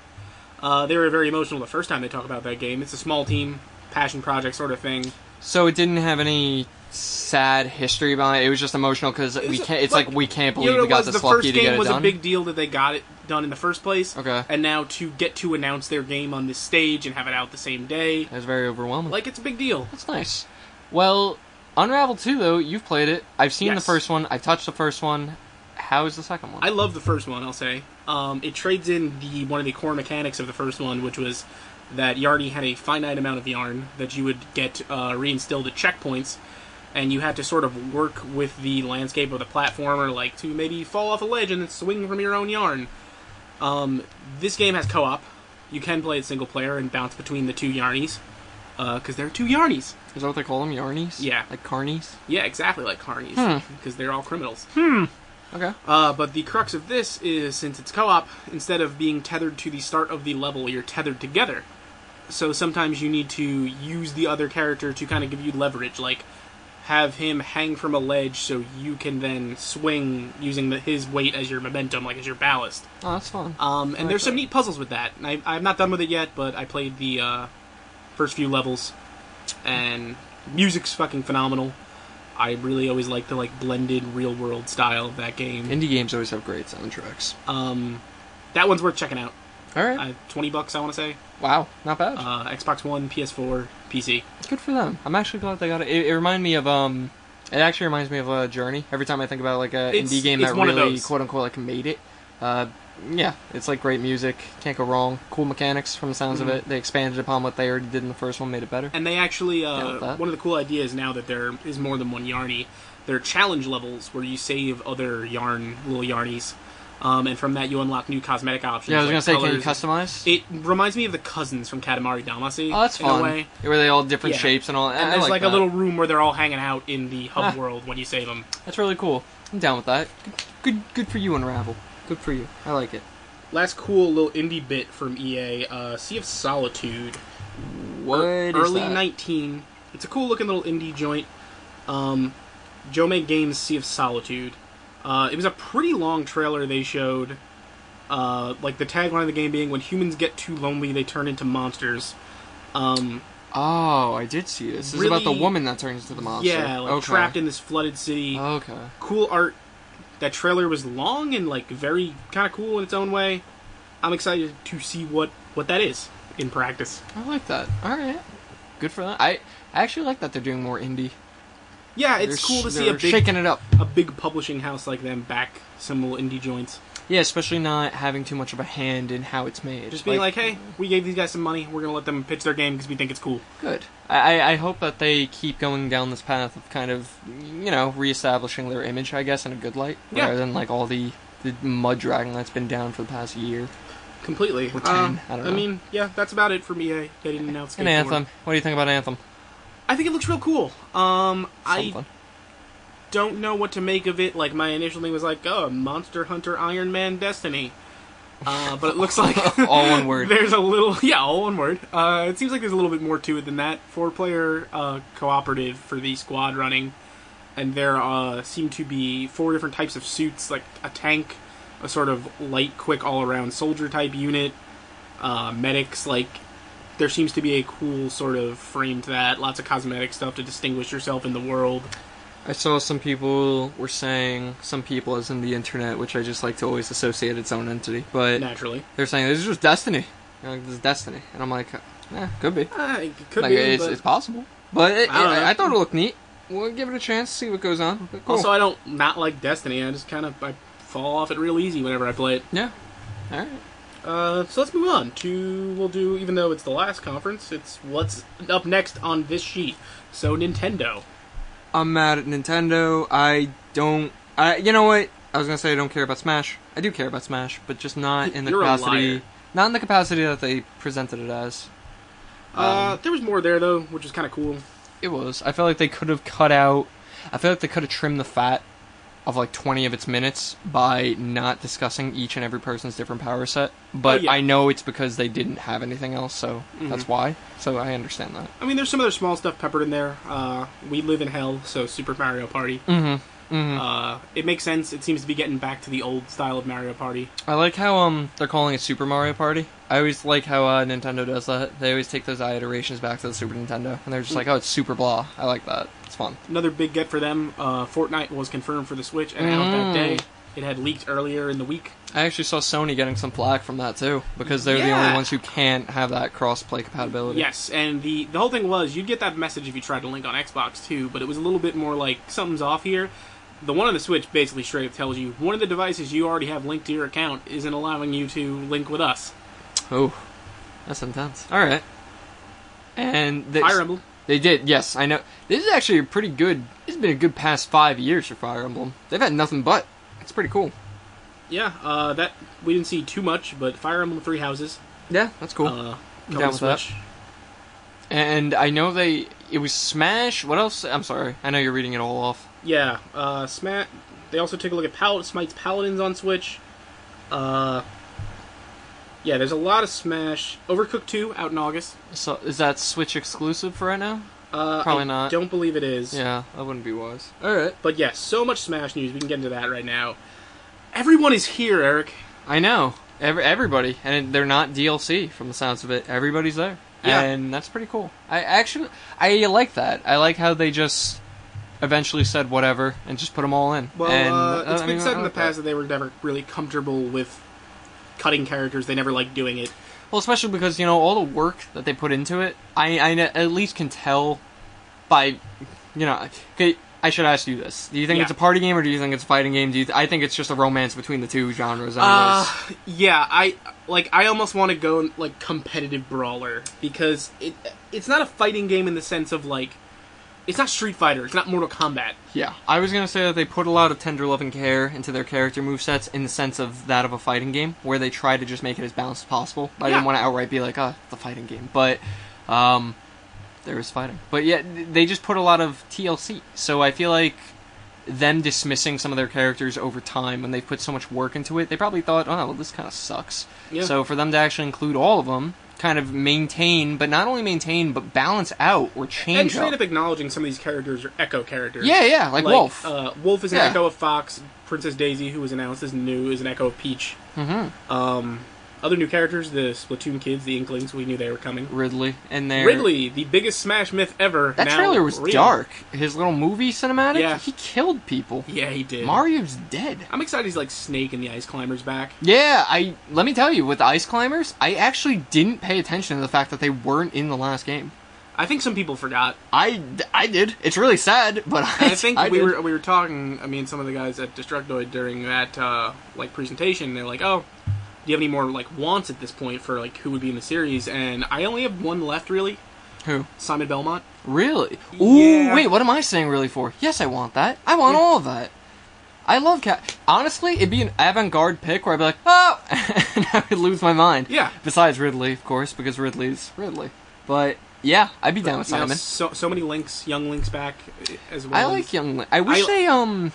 Uh, they were very emotional the first time they talk about that game. It's a small team, passion project sort of thing. So it didn't have any sad history behind it. It was just emotional because we was, can't. It's like, like, we can't You believe know what we it got was? The this lucky first to get game it was done. a big deal that they got it done in the first place. Okay. And now to get to announce their game on this stage and have it out the same day, It was very overwhelming. like it's a big deal. that's nice. Well, Unravel two though you've played it. I've seen the Yes. first one. I've touched the first one. How is the second one? I love the first one. I'll say um, it trades in the one of the core mechanics of the first one, which was that Yarny had a finite amount of yarn that you would get uh, reinstilled at checkpoints, and you had to sort of work with the landscape of the platformer, like to maybe fall off a ledge and then swing from your own yarn. Um, this game has co-op. You can play it single player and bounce between the two Yarnies, because there are two Yarnies. is that what they call them? Yarnies? Yeah. Like carnies. Yeah, exactly like Carnies, because they're all criminals. Okay. Uh, but the crux of this is since it's co op, instead of being tethered to the start of the level, you're tethered together. So sometimes you need to use the other character to kind of give you leverage, like have him hang from a ledge so you can then swing using the, his weight as your momentum, like as your ballast. Oh, that's fun. Um, and there's some Okay. neat puzzles with that. And I, I'm not done with it yet, but I played the uh, first few levels, and music's fucking phenomenal. I really always like the like blended real world style of that game. Indie games always have great soundtracks. Um, that one's worth checking out. All right. Uh, Twenty bucks, I want to say. wow. Not bad. Uh, Xbox One, PS4, PC. Good for them. I'm actually glad they got it. It, it reminded me of um. It actually reminds me of a Journey. Every time I think about like a It's- indie game it's that one of really those. quote unquote like made it. Uh, yeah, it's like great music. Can't go wrong. Cool mechanics from the sounds of it. They expanded upon what they already did in the first one, made it better. Mm-hmm. And they actually Down uh, with that. one of the cool ideas now that there is more than one Yarny. There are challenge levels where you save other yarn little yarnies, um, and from that you unlock new cosmetic options. yeah, I was like gonna say, can you colors. customize? It reminds me of the cousins from Katamari Damacy. oh, that's in fun. a way. Were they all different Yeah. shapes and all? I- And I there's like, like, that. a little room where they're all hanging out in the hub Ah. world when you save them. That's really cool. I'm down with that. Good, good, good for you, Unravel. Good for you. I like it. Last cool little indie bit from EA: uh, Sea of Solitude. What is early that? 19. It's a cool looking little indie joint. Um, Joe made games Sea of Solitude. Uh, it was a pretty long trailer they showed. Uh, like the tagline of the game being, "When humans get too lonely, they turn into monsters." Um, Oh, I did see this. This is about the Really- woman that turns into the monster. yeah, like okay. Uh. trapped in this flooded city. Okay. cool art. That trailer was long and like very kind of cool in its own way. I'm excited to see what what that is in practice. I like that. All right, good for that. I I actually like that they're doing more indie. Yeah, They're it's cool to sh- see they're a big shaking it up. a big publishing house like them back some little indie joints. Yeah, especially not having too much of a hand in how it's made. Just being like, hey, we gave these guys some money. We're going to let them pitch their game because we think it's cool. good. I I I hope that they keep going down this path of kind of you know reestablishing their image, I guess, in a good light, Yeah. rather than like all the the mud dragon that's been down for the past year. Completely. Or 10, I don't know. Um, mean, yeah, that's about it for me. I, they didn't announce Skate And Anthem. four. What do you think about Anthem? I think it looks real cool. Um, I Something. [laughs] don't know what to make of it. Like, my initial thing was like, oh, Monster Hunter Iron Man Destiny. Uh, but it looks like [laughs] all one [laughs] word. there's a little, yeah, all one word. Uh, it seems like there's a little bit more to it than that. Four player uh, cooperative for the squad running. and there uh, seem to be four different types of suits, like a tank, a sort of light, quick, all-around soldier type unit, uh, medics. Like there seems to be a cool sort of frame to that. Lots of cosmetic stuff to distinguish yourself in the world. I saw some people were saying some people as in the internet, which I just like to always associate its own entity, but Naturally, they're saying this is just destiny. You know, this is destiny, and I'm like, yeah, could be. uh, it could like be. it's, but- it's possible, but it, I don't know. I, I thought it looked neat. We'll give it a chance, see what goes on. But Cool. Also, I don't not like Destiny. I just kind of I fall off it real easy whenever I play it. yeah. All right. Uh, so let's move on to we'll do even though it's the last conference, it's what's up next on this sheet. So Nintendo. I'm mad at Nintendo. I don't. I you know what? I was gonna say I don't care about Smash. I do care about Smash, but just not in the You're a liar. capacity. Not in the capacity that they presented it as. uh, there was more there though, which is kind of cool. It was. I feel like they could have cut out. I feel like they could have trimmed the fat of like 20 of its minutes by not discussing each and every person's different power set. But Oh, yeah. I know it's because they didn't have anything else, so Mhm. that's why. So I understand that. I mean, there's some other small stuff peppered in there. Uh, we live in hell, so Super Mario Party. Mm-hmm. Mm-hmm. Uh, it makes sense. It seems to be getting back to the old style of Mario Party. I like how um they're calling it Super Mario Party. I always like how uh, Nintendo does that. They always take those iterations back to the Super Nintendo, and they're just Mm. like, oh, it's Super Blah. I like that. It's fun. Another big get for them. Uh, Fortnite was confirmed for the Switch and out that Mm. day. It had leaked earlier in the week. I actually saw Sony getting some flack from that too, because they're the Yeah. only ones who can't have that cross-play compatibility. Yes, and the the whole thing was you'd get that message if you tried to link on Xbox too, but it was a little bit more like something's off here. The one on the Switch basically straight up tells you one of the devices you already have linked to your account isn't allowing you to link with us. Oh, that's intense. All right. And they, Fire Emblem. they did. Yes, I know. This is actually a pretty good. It's been a good past five years for Fire Emblem. They've had nothing but. It's pretty cool. Yeah, uh, that we didn't see too much, but Fire Emblem Three Houses. Yeah, that's cool. Uh, coming Down to with that. Switch. And I know they. It was Smash. What else? I'm sorry. I know you're reading it all off. Yeah, uh, Smat. They also take a look at Pal- Smite's Paladins on Switch. Uh, yeah, there's a lot of Smash. Overcooked Two out in August. So is that Switch exclusive for right now? Uh, Probably I not. Don't believe it is. Yeah, that wouldn't be wise. All right. But yeah, so much Smash news. We can get into that right now. Everyone is here, Eric. I know. Every, everybody, and they're not DLC from the sounds of it. Everybody's there, Yeah. and that's pretty cool. I actually, I like that. I like how they just eventually said whatever and just put them all in. Well, and, uh, it's I been mean, I said in the like past that. they were never really comfortable with cutting characters. They never liked doing it. that. Well, especially because you know all the work that they put into it. I, I kn- at least can tell by, you know, okay. I should ask you this: Do you think Yeah. it's a party game or do you think it's a fighting game? Do you? Th- I think it's just a romance between the two genres. Uh, Anyways. yeah, I like. I almost want to go like competitive brawler because it it's not a fighting game in the sense of like it's not Street Fighter. It's not Mortal Kombat. Yeah, I was gonna say that they put a lot of tender love and care into their character movesets in the sense of that of a fighting game, where they try to just make it as balanced as possible. I Yeah. didn't want to outright be like, "Ah, it's a fighting game," but um, there is fighting. But yeah, th- they just put a lot of TLC, so I feel like them dismissing some of their characters over time when they put so much work into it, they probably thought, "Oh, well, this kind of sucks." Yeah. So for them to actually include all of them, kind of maintain, but not only maintain, but balance out or And change straight up. up acknowledging some of these characters are echo characters. Yeah, yeah, like, Wolf. Uh, Wolf is an Yeah. echo of Fox. Princess Daisy, who was announced as new, is an echo of Peach. hmm Um, other new characters, the Splatoon kids, the Inklings, we knew they were coming. Ridley and their Ridley, the biggest Smash myth ever. That now trailer was real. dark. His little movie cinematic, Yeah. he killed people. Yeah, he did. Mario's dead. I'm excited he's like Snake and the Ice Climbers back. Yeah, I let me tell you, with Ice Climbers, I actually didn't pay attention to the fact that they weren't in the last game. I think some people [laughs] forgot. I, I did. It's really sad, but [laughs] I, And I think we did. were we were talking. I mean, some of the guys at Destructoid during that uh, like presentation, they're like, "Oh, do you have any more like wants at this point for like who would be in the series?" And I only have one left, really. Who? Simon Belmont. Really? Ooh, Yeah. wait, what am I saying really for? Yes, I want that. I want all of that. I love cat. Honestly, it'd be an avant-garde pick where I'd be like, oh, [laughs] and I would lose my mind. Yeah. Besides Ridley, of course, because Ridley's Ridley. But yeah, I'd be down with You know, Simon. so so many links, young links back eh, as well. I as- like Young Link. I wish I- they um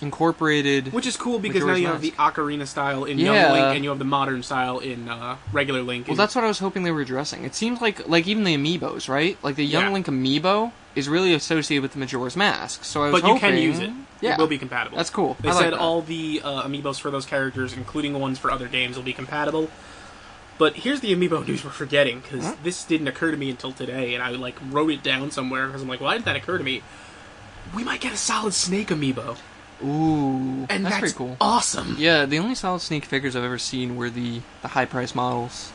incorporated. Which is cool because now Majora's you have the Ocarina style in Yeah. Young Link and you have the modern style in uh, regular Link. Well, and- that's what I was hoping they were addressing. It seems like like even the amiibos, right? Like the Young Yeah. Link amiibo is really associated with the Majora's Mask. So I was but you can hoping- use it. Yeah, It will be compatible. That's cool. They I like said that. all the uh, amiibos for those characters, including ones for other games, will be compatible. But here's the amiibo [laughs] news we're forgetting because this didn't occur to me until today, and I like wrote it down somewhere because I'm like, why did that occur to me? We might get a Solid Snake amiibo, Ooh, and that's, pretty cool. Awesome. Yeah, the only solid sneak figures I've ever seen were the the high price models,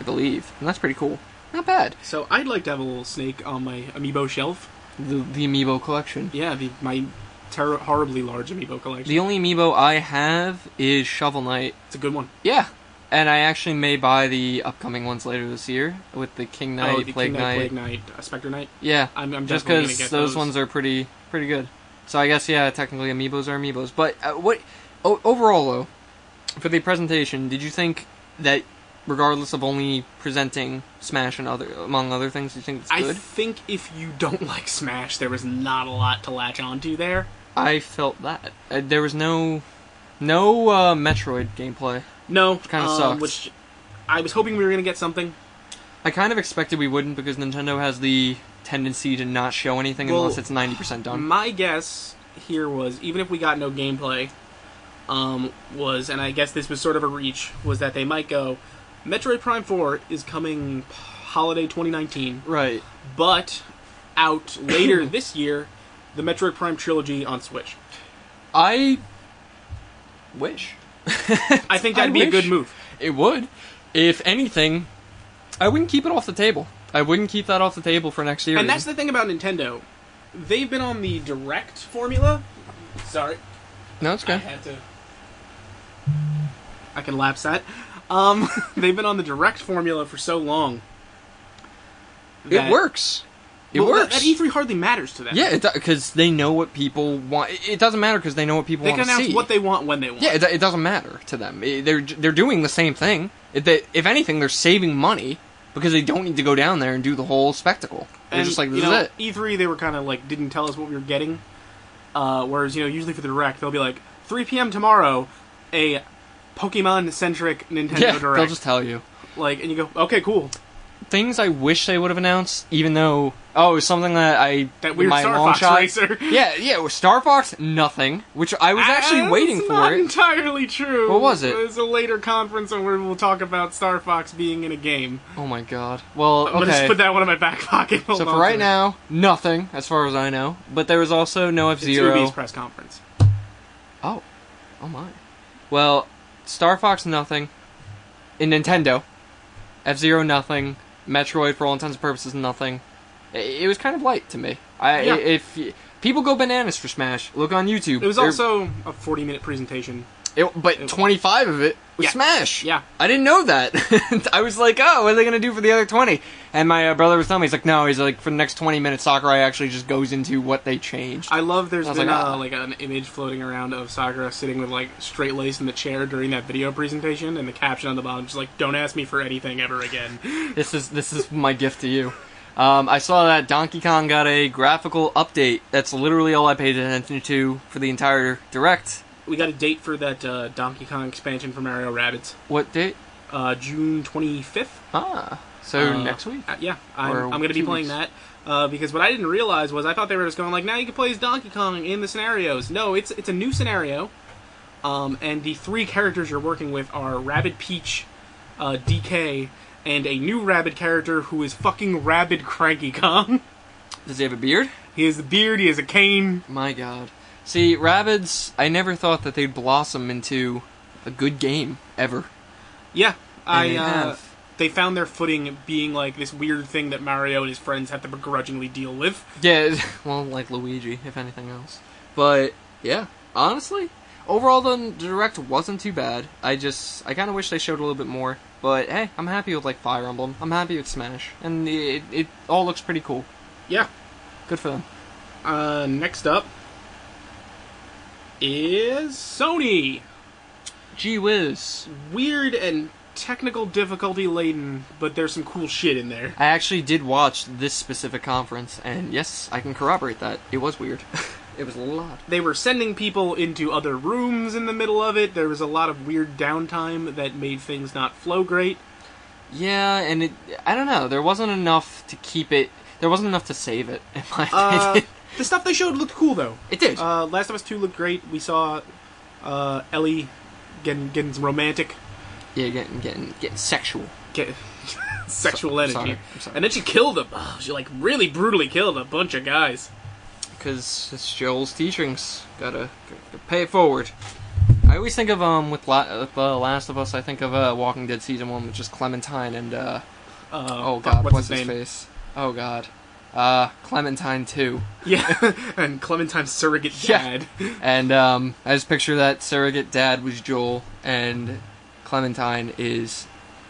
I believe, and that's pretty cool. Not bad. So I'd like to have a little snake on my amiibo shelf. The the amiibo collection. Yeah, the, my ter- horribly large amiibo collection. The only amiibo I have is Shovel Knight. it's a good one. Yeah. And I actually may buy the upcoming ones later this year with the King Knight, oh, the Plague King Knight. Plague Knight, uh, Spectre Knight. Yeah. I'm, I'm just definitely because gonna those, get those ones are pretty pretty good. So I guess yeah, technically amiibos are amiibos. But uh, what o- overall though, for the presentation, did you think that regardless of only presenting Smash and other among other things, you think it's I good? think if you don't [laughs] like Smash, there was not a lot to latch onto there. I felt that uh, there was no no uh, Metroid gameplay. No, kinda um, sucks. Which I was hoping we were gonna get something. I kind of expected we wouldn't because Nintendo has the tendency to not show anything Well, unless it's ninety percent done. My guess here was even if we got no gameplay, um, was and I guess this was sort of a reach was that they might go, Metroid Prime Four is coming holiday 2019, Right. but out [clears throat] later this year, the Metroid Prime trilogy on Switch. I wish. I think I that'd be a wish. good move. It would. If anything, I wouldn't keep it off the table. I wouldn't keep that off the table for next year. And that's the thing about Nintendo. They've been on the direct formula. Sorry. no, it's I good. had to. I can lapse that. Um, [laughs] they've been on the direct formula for so long. It works. It well, that- works. That E3 hardly matters to them. yeah, because they know what people want. It- It doesn't matter because they know what people They want can to announce see. what they want when they want. yeah, it, it doesn't matter to them. It- they're they're doing the same thing. If, they, if anything, they're saving money because they don't need to go down there and do the whole spectacle. They're and, just like, this you know, is it. E3, they were kind of like didn't tell us what we were getting. Uh, whereas you know, usually for the direct, they'll be like 3 p.m. tomorrow, a Pokemon-centric Nintendo Yeah, they'll Direct. just tell you. Like, and you go, okay, cool. things I wish they would have announced, even though oh, something that I That weird my Star long Fox shot. racer. [laughs] Yeah, yeah, with Star Fox, nothing. Which I was actually Uh, waiting it's for not it. entirely true. What was it? It's a later conference where we'll talk about Star Fox being in a game. oh my god. Well, I'm gonna just okay. put that one in my back pocket. So for right now, nothing as far as I know. But there was also no F zero. It's Ubi's Zero. press conference. Oh, oh my. Well, Star Fox, nothing. In Nintendo, F Zero, nothing. Metroid, for all intents and purposes, nothing. I- It, was kind of light to me. I Yeah. if y- people go bananas for Smash, look on YouTube. It was They're- also a 40 minute presentation. It, but 25 of it was Yeah. Smash. Yeah. I didn't know that. [laughs] I was like, oh, what are they going to do for the other 20? And my uh, brother was telling me, he's like, no, he's like, for the next 20 minutes, Sakurai actually just goes into what they changed. I love there's I was been like, uh, ah. like an image floating around of Sakura sitting with like straight laced in the chair during that video presentation, and the caption on the bottom is like, "Don't ask me for anything ever again." this is this is my gift to you. Um, I saw that Donkey Kong got a graphical update. That's literally all I paid attention to for the entire direct. we got a date for that uh, Donkey Kong expansion for Mario Rabbids, What date? uh, June 25th. Ah, so Uh, next week. uh, yeah, Or I'm, I'm going to be two playing weeks. that uh, because what I didn't realize was I thought they were just going like, now you can play as Donkey Kong in the scenarios. No, it's it's a new scenario, um, and the three characters you're working with are Rabbit Peach, uh, DK, and a new Rabbit character who is fucking Rabbit Cranky Kong. [laughs] Does he have a beard? he has a beard. He has a cane. My God. See, Rabbids. I never thought that they'd blossom into a good game ever. Yeah, I. they uh, have. they found their footing being like this weird thing that Mario and his friends have to begrudgingly deal with. Yeah, [laughs] well, like Luigi, if anything else. But yeah, honestly, overall the direct wasn't too bad. I just I kind of wish they showed a little bit more. But hey, I'm happy with like Fire Emblem. I'm happy with Smash, and it it all looks pretty cool. Yeah, Good for them. Uh, next up is Sony. Gee whiz! Weird and technical difficulty laden, but there's some cool shit in there. I actually did watch this specific conference, and yes, I can corroborate that it was weird. [laughs] It was a lot. They were sending people into other rooms in the middle of it. There was a lot of weird downtime that made things not flow [laughs] great. Yeah, and it. I don't know. There wasn't enough to keep it. There wasn't enough to save it, [laughs] in my Uh, opinion. the stuff they showed looked cool though. it did. Uh, Last of Us Two looked great. We saw uh, Ellie getting getting some romantic yeah, getting getting getting sexual. get, [laughs] sexual So- I'm energy, sorry, I'm sorry. and then she killed him. Oh, she like really brutally killed a bunch of guys. because it's Joel's teachings. Gotta, gotta pay it forward. I always think of um with La- with uh, Last of Us. I think of uh, Walking Dead season one, which is Clementine and uh, Uh, oh fuck, god, what's, his, face? Oh god, uh, Clementine two. Yeah, [laughs] and Clementine's surrogate Yeah. dad. And um, I just picture that surrogate dad was Joel, and Clementine is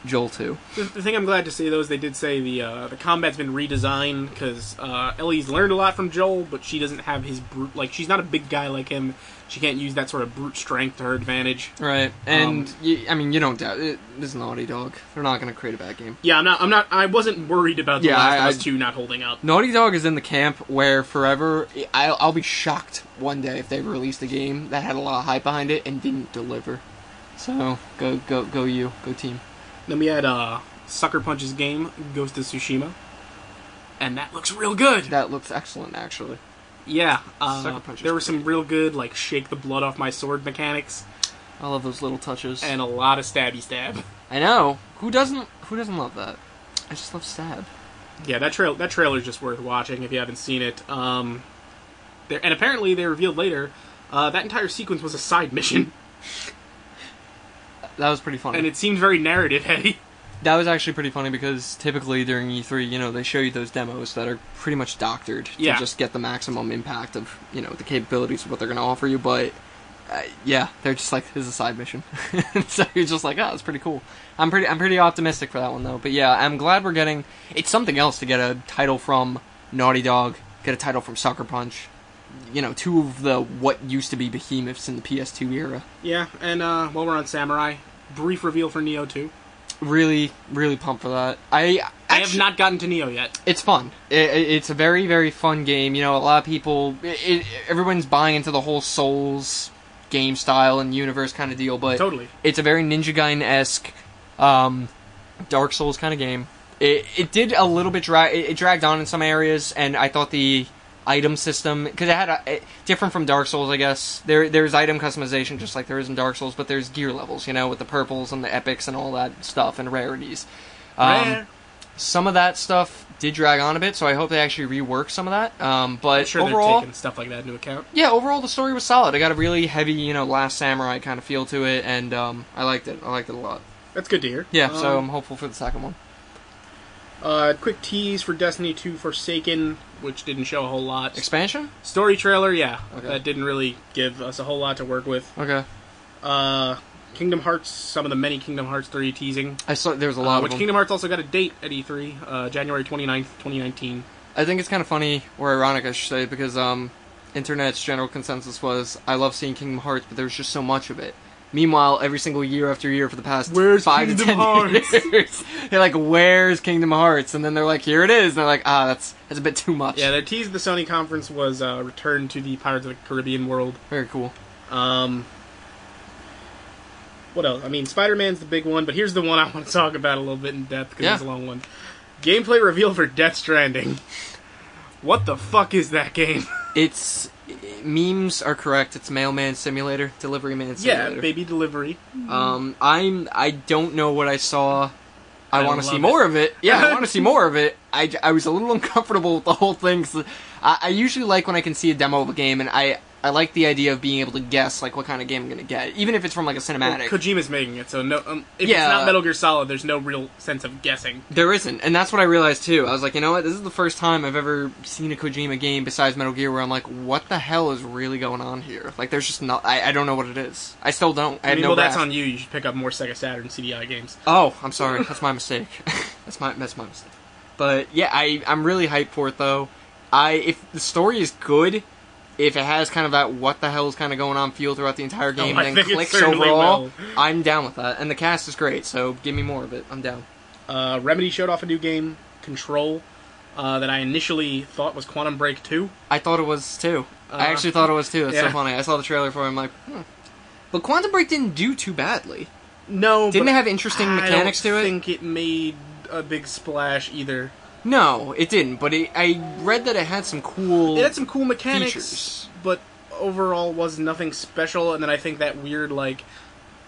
Joel two. The, the thing I'm glad to see though is they did say the uh, the combat's been redesigned because uh, Ellie's learned a lot from Joel, but she doesn't have his brute like she's not a big guy like him. She can't use that sort of brute strength to her advantage. Right, and Um, y I I mean you don't doubt it. This is Naughty Dog. They're not gonna create a bad game. Yeah, I'm not. I'm not. I wasn't worried about the Yeah, Last I- of Us I- Two not holding up. Naughty Dog is in the camp where forever I'll, I'll be shocked one day if they released a game that had a lot of hype behind it and didn't deliver. So go go go you go team. Then we had uh, Sucker Punch's game Ghost of Tsushima, and that looks real good. That looks excellent actually. yeah, uh, Sucker Punch is there were some real good like shake the blood off my sword mechanics I love those little touches. and a lot of stabby stab. [laughs] I know who doesn't who doesn't love that. I just love stab. Yeah, that trail that trailer's just worth watching if you haven't seen it. Um, there and apparently they revealed later uh, that entire sequence was a side mission, [laughs] That was pretty funny. and it seemed very narrative heavy. that was actually pretty funny because typically during E3, you know, they show you those demos that are pretty much doctored Yeah. to just get the maximum impact of you know the capabilities of what they're going to offer you. But uh, yeah, they're just like this is a side mission, [laughs] so you're just like, oh, that's pretty cool. I'm pretty I'm pretty optimistic for that one though. But yeah, I'm glad we're getting it's something else to get a title from Naughty Dog, get a title from Sucker Punch. You know, two of the what used to be behemoths in the PS2 era. [laughs] Yeah, and uh, while we're on Samurai, brief reveal for Neo Two. Really, really pumped for that. I I have actu- not gotten to Neo yet. it's fun. I i it's a very, very fun game. You know, a lot of people, i i everyone's buying into the whole Souls game style and universe kind of deal, but Totally. it's a very Ninja Gaiden esque, um, Dark Souls kind of game. It, it did a little bit drag. It, it dragged on in some areas, and I thought the item system because it had a it, different from Dark Souls, I guess. There there's item customization just like there is in Dark Souls, but there's gear levels, you know, with the purples and the epics and all that stuff and rarities. Um, Rare. some of that stuff did drag on a bit, so I hope they actually rework some of that. Um, but I'm sure they're overall, taking stuff like that into account. yeah, overall the story was solid. I got a really heavy, you know, Last Samurai kind of feel to it, and um, I liked it. I liked it a lot. That's good to hear. Yeah, so I'm Um, hopeful for the second one. uh, quick tease for Destiny Two Forsaken, which didn't show a whole lot. Expansion? Story trailer, yeah, Okay. that didn't really give us a whole lot to work with. Okay. Uh, Kingdom Hearts, some of the many Kingdom Hearts 3 teasing. I saw there was a Uh, lot which of them. Kingdom Hearts also got a date at E3, uh, January 29th, 2019. I think it's kind of funny or ironic, I should say, because um, internet's general consensus was I love seeing Kingdom Hearts, but there's just so much of it. Meanwhile, every single year after year for the past Where's five Kingdom to ten Hearts? years, [laughs] they're like, "Where's Kingdom Hearts?" And then they're like, "Here it is," and they're like, "Ah, that's that's a bit too much." Yeah, their tease at the Sony conference was uh, Return to the Pirates of the Caribbean world. very cool. Um, what else? I mean, Spider Man's the big one, but here's the one I want to talk about a little bit in depth because Yeah. it's a long one. Gameplay reveal for Death Stranding. What the fuck is that game? [laughs] It's memes are correct. It's mailman simulator, delivery man yeah, simulator. baby delivery. Um, I'm I don't know what I saw. I, I want to love see it. more of it. [laughs] Yeah, I want to see more of it. I, j- I was a little [laughs] uncomfortable with the whole thing. 'cause I, I usually like when I can see a demo of a game, and I I like the idea of being able to guess like what kind of game I'm gonna get, even if it's from like a Well, cinematic. Kojima's making it, so no. Um, if Yeah. it's not Metal Gear Solid, there's no real sense of guessing. There isn't, and that's what I realized too. I was like, you know what? This is the first time I've ever seen a Kojima game besides Metal Gear where I'm like, what the hell is really going on here? Like, there's just not. I, I don't know what it is. I still don't. I I, have mean, no. well, that's grasp. on you. You should pick up more Sega Saturn CDI games. Oh, I'm sorry. That's my mistake. [laughs] that's my that's my mistake. But yeah, I I'm really hyped for it though. I if the story is good, if it has kind of that what the hell is kind of going on feel throughout the entire game, Oh, I and then think it clicks certainly overall, will. I'm down with that. And the cast is great, so give me more of it. I'm down. Uh, Remedy showed off a new game, Control. uh, that I initially thought was Quantum Break 2. I thought it was too. I Uh, actually thought it was too. It's yeah. so funny. I saw the trailer for it. I'm like, hmm. but Quantum Break didn't do too badly. No, Didn't but it have interesting mechanics I to don't it? think it made a big splash either. No, it didn't. But it, I read that it had some cool. It had some cool mechanics, Features. but overall was nothing special. And then I think that weird like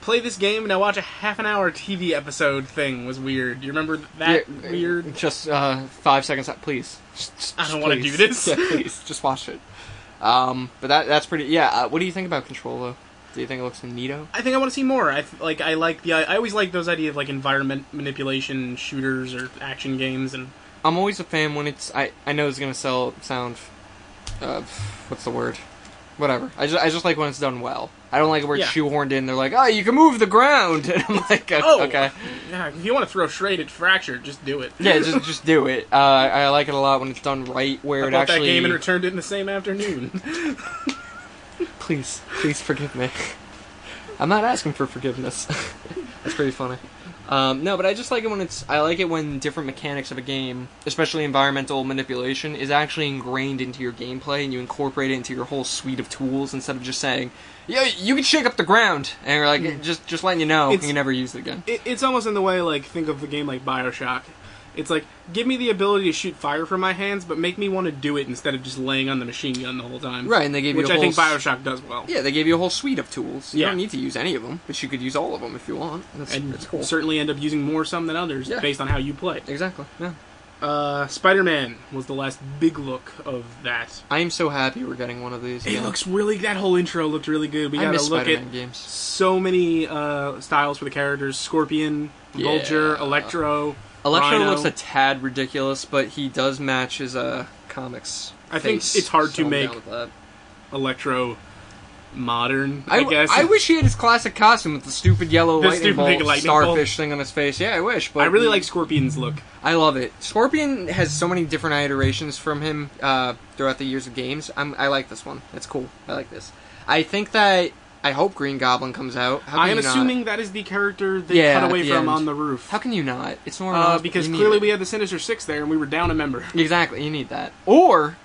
play this game and now watch a half an hour TV episode thing was weird. You remember that Yeah, weird? Just uh, five seconds, please. Just- just- I don't just wanna please. do this. Yeah, please, just watch it. Um, but that that's pretty. Yeah. Uh, what do you think about Control though? Do you think it looks neato? I think I want to see more. I th- like I like the I always like those idea of like environment manipulation shooters or action games and I'm always a fan when it's. I I know it's gonna sell sound. Uh, what's the word? Whatever. I just I just like when it's done well. I don't like where it's Yeah. shoehorned in. They're like, oh, you can move the ground, [laughs] and I'm like, Oh! okay. yeah. If you want to throw straight at Fracture, just do it. Yeah, just just do it. Uh, I like it a lot when it's done right, where I it bought actually. that game and returned it in the same afternoon. [laughs] Please, please forgive me. I'm not asking for forgiveness. [laughs] That's pretty funny. Um, no, but I just like it when it's. I like it when different mechanics of a game, especially environmental manipulation, is actually ingrained into your gameplay and you incorporate it into your whole suite of tools instead of just saying, "Yeah, you can shake up the ground," and you're like, "Just, just letting you know, It's- you never use it again." it, it's almost in the way like think of a game like Bioshock. It's like give me the ability to shoot fire from my hands, but make me want to do it instead of just laying on the machine gun the whole time. Right, and they gave you which a I whole think s- Bioshock does well. Yeah, they gave you a whole suite of tools. You Yeah. don't need to use any of them, but you could use all of them if you want. That's, and that's cool. certainly end up using more some than others Yeah. based on how you play. Exactly. Yeah. Uh, Spider-Man was the last big look of that. I am so happy we're getting one of these. It yeah. looks really that whole intro looked really good. We I got to miss look Spider-Man at games. so many uh, styles for the characters: Scorpion, Vulture, Yeah. Electro. Electro Rhino. looks a tad ridiculous, but he does match his uh, comics. I think face, it's hard to so I'm make down with that. Electro modern. I, I, guess I wish he had his classic costume with the stupid yellow The lightning stupid bolt, big lightning starfish thing on his face. Yeah, I wish. But I really he- like Scorpion's look. I love it. Scorpion has so many different iterations from him uh, throughout the years of games. I'm, I like this one. It's cool. I like this. I think that I hope Green Goblin comes out. How can I am you not? assuming that is the character they Yeah, cut at away the from end. on the roof. How can you not? It's normal uh, because clearly we had the Sinister Six there, and we were down a [laughs] member. exactly you need that. Or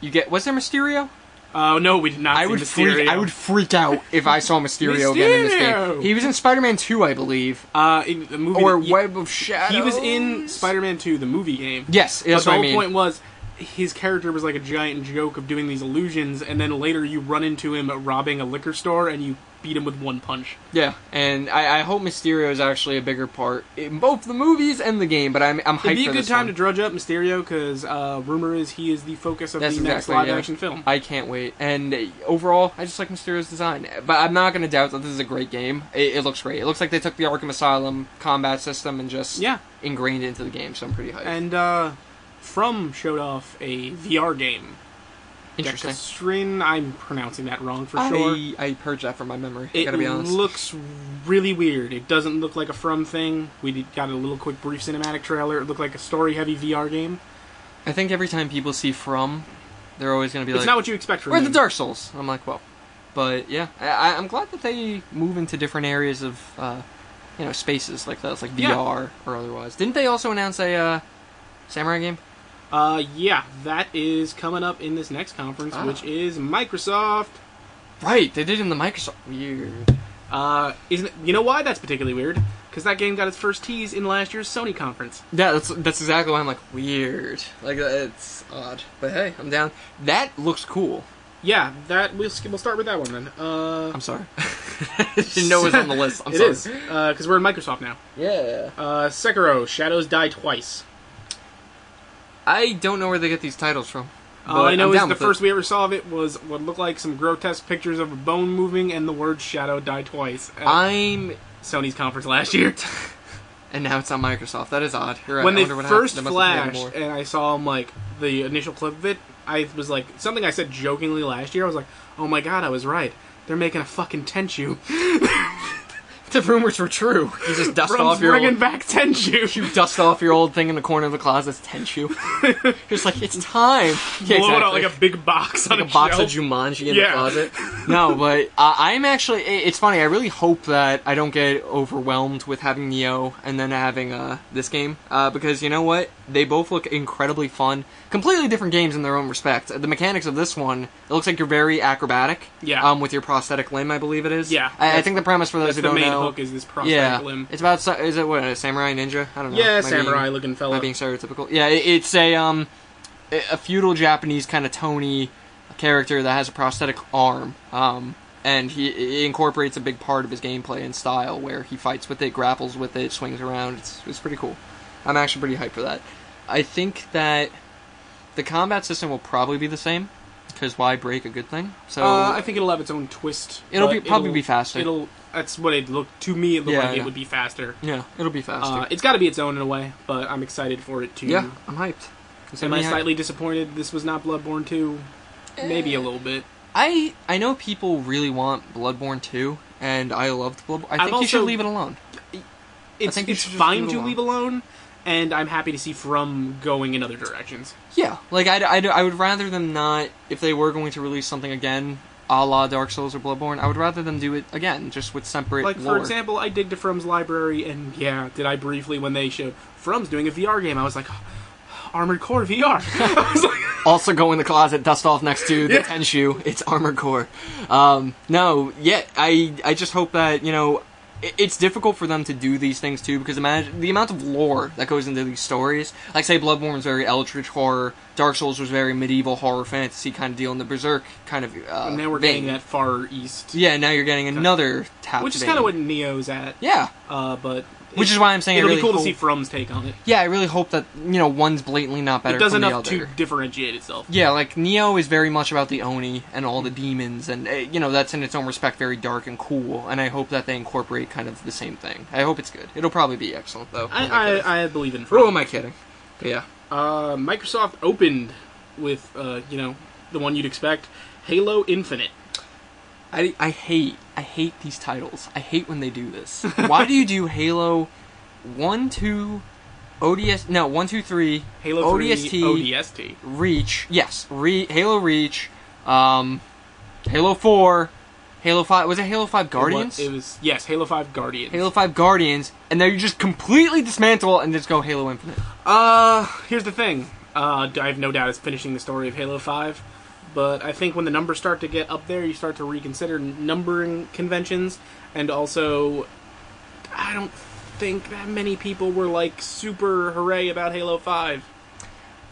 you get was there Mysterio? Oh no, we did not. I see would Mysterio. freak. I would freak out if I saw Mysterio, again in this game. Mysterio! He was in Spider-Man Two, I believe, Uh, in the movie or that- he, Web of Shadows. he was in Spider-Man Two, the movie game. Yes, but that's the what I whole mean. point was his character was like a giant joke of doing these illusions, and then later you run into him robbing a liquor store, and you beat him with one punch. yeah, and I, I hope Mysterio is actually a bigger part in both the movies and the game. But I'm I'm hyped It'd be for a good this time one. to drudge up Mysterio because uh, rumor is he is the focus of That's the next exactly, live yeah. action film. I can't wait. And uh, overall, I just like Mysterio's design. But I'm not going to doubt that this is a great game. It, it looks great. It looks like they took the Arkham Asylum combat system and just Yeah. ingrained it into the game. So I'm pretty hyped. And uh, From showed off a VR game. Interesting. Decastrin, I'm pronouncing that wrong for sure. I, I purged that from my memory. I It gotta be honest. looks really weird. It doesn't look like a From thing. We did, got a little quick brief cinematic trailer. It looked like a story-heavy VR game. I think every time people see From, they're always going to be It's like, not what you expect from "Where are the them. Dark Souls?" I'm like, "Well," but yeah, I, I- I'm glad that they move into different areas of, uh, you know, spaces like that, like VR Yeah. or otherwise. Didn't they also announce a uh, samurai game? Uh, yeah, that is coming up in this next conference, Ah. which is Microsoft. Right, they did in the Microsoft. Weird. Uh, isn't it, you know why that's particularly weird? Because that game got its first tease in last year's Sony conference. Yeah, that's that's exactly why I'm like weird. Like uh, it's odd, but hey, I'm down. That looks cool. Yeah, that we'll, sk- we'll start with that one then. Uh, I'm sorry. [laughs] Didn't know [laughs] it was on the list. [laughs] I'm it sorry. is because we're in Microsoft now. Yeah. Uh, Sekiro: Shadows Die Twice. I don't know where they get these titles from. All Uh, I but know I'm is down the with it. first we ever saw of it was what looked like some grotesque pictures of a bone moving and the word "Shadow Die Twice" at Ah. I'm Sony's conference last year. [laughs] and now it's on Microsoft. That is odd. You're right. when I they wonder what first happened. They must have made flashed more. and I saw them like the initial clip of it, I was like something I said jokingly last year. I was like, "Oh my god, I was right. They're making a fucking [laughs] Tenchu. the rumors were true. [laughs] You just dust Rum's off your bringing old, back Tenchu. [laughs] dust off your old thing in the corner of the closet. It's Tenchu. just like it's time. [laughs] Yeah, Blow it out exactly. like a big box on Like a box of shelf. Jumanji in Yeah. the closet. [laughs] No, but uh, I'm actually. i- It's funny. I really hope that I don't get overwhelmed with having Neo and then having uh, this game uh, because you know what? They both look incredibly fun. Completely different games in their own respects. The mechanics of this one, it looks like you're very acrobatic. Yeah. Um, with your prosthetic limb, I believe it is. Yeah, I, I that's- think the premise for those That's who the don't main know. hook is this prosthetic yeah. limb. It's about sa- is it what a samurai ninja? I don't know. Yeah, Am I samurai being- looking Am I fellow. being stereotypical? Yeah, it, it's a um, a a feudal Japanese kind of Tony character that has a prosthetic arm. Um, and he it incorporates a big part of his gameplay and style where he fights with it, grapples with it, swings around. It's it's pretty cool. I'm actually pretty hyped for that. I think that the combat system will probably be the same because why break a good thing? So Uh, I think it'll have its own twist. It'll but be- probably be faster. It'll that's what it looked to me. It looked Yeah, like yeah. it would be faster. yeah, it'll be faster. Uh, it's got to be its own in a way, but I'm excited for it to. yeah, I'm hyped. It's Am gonna I be hype. slightly disappointed? This was not Bloodborne 2. Maybe a little bit. I I know people really want Bloodborne 2, and I loved Bloodborne. I think you should also- leave it alone. It's, think we it's should just fine leave to alone. leave alone, and I'm happy to see From going in other directions. Yeah, like I'd, I'd, I would rather them not. If they were going to release something again, a la Dark Souls or Bloodborne, I would rather them do it again, just with separate Like, lore. for example, I digged to From's library, and yeah, did I briefly when they showed From's doing a VR game? I was like, Armored Core [laughs] VR. I was like, also go in the closet, dust off next to the Yeah. Tenshu. It's armored core. Um, no, yeah, I I just hope that you know it, it's difficult for them to do these things too because imagine the amount of lore that goes into these stories. Like say Bloodborne was very Eldritch horror, Dark Souls was very medieval horror fantasy kind of deal, and the Berserk kind of. Uh, now we're vein. getting that far east. Yeah, now you're getting another tap. Which is vein. kind of what Neo's at. Yeah, Uh, but. which it- is why I'm saying I It'll really be cool hope, to see From's take on it. Yeah, I really hope that you know one's blatantly not better It does than enough the other. to differentiate itself. Yeah, like Neo is very much about the Oni and all the demons, and uh, you know that's in its own respect very dark and cool. And I hope that they incorporate kind of the same thing. I hope it's good. It'll probably be excellent though. Who am I, kidding? I, I believe in From. Who am I kidding? Yeah, Uh, Microsoft opened with, uh, you know, the one you'd expect, Halo Infinite. I, I hate I hate these titles. I hate when they do this. [laughs] Why do you do Halo one two, ODS no one two three Halo ODST 3 ODST. Reach yes Re, Halo Reach, um, Halo four, Halo five was it Halo five Guardians? It was yes, Halo Five Guardians. Halo 5 Guardians, and then you just completely dismantle and just go Halo Infinite. Uh, here's the thing. Uh, I have no doubt it's finishing the story of Halo Five, but I think when the numbers start to get up there, you start to reconsider numbering conventions, and also, I don't think that many people were like super hooray about Halo Five.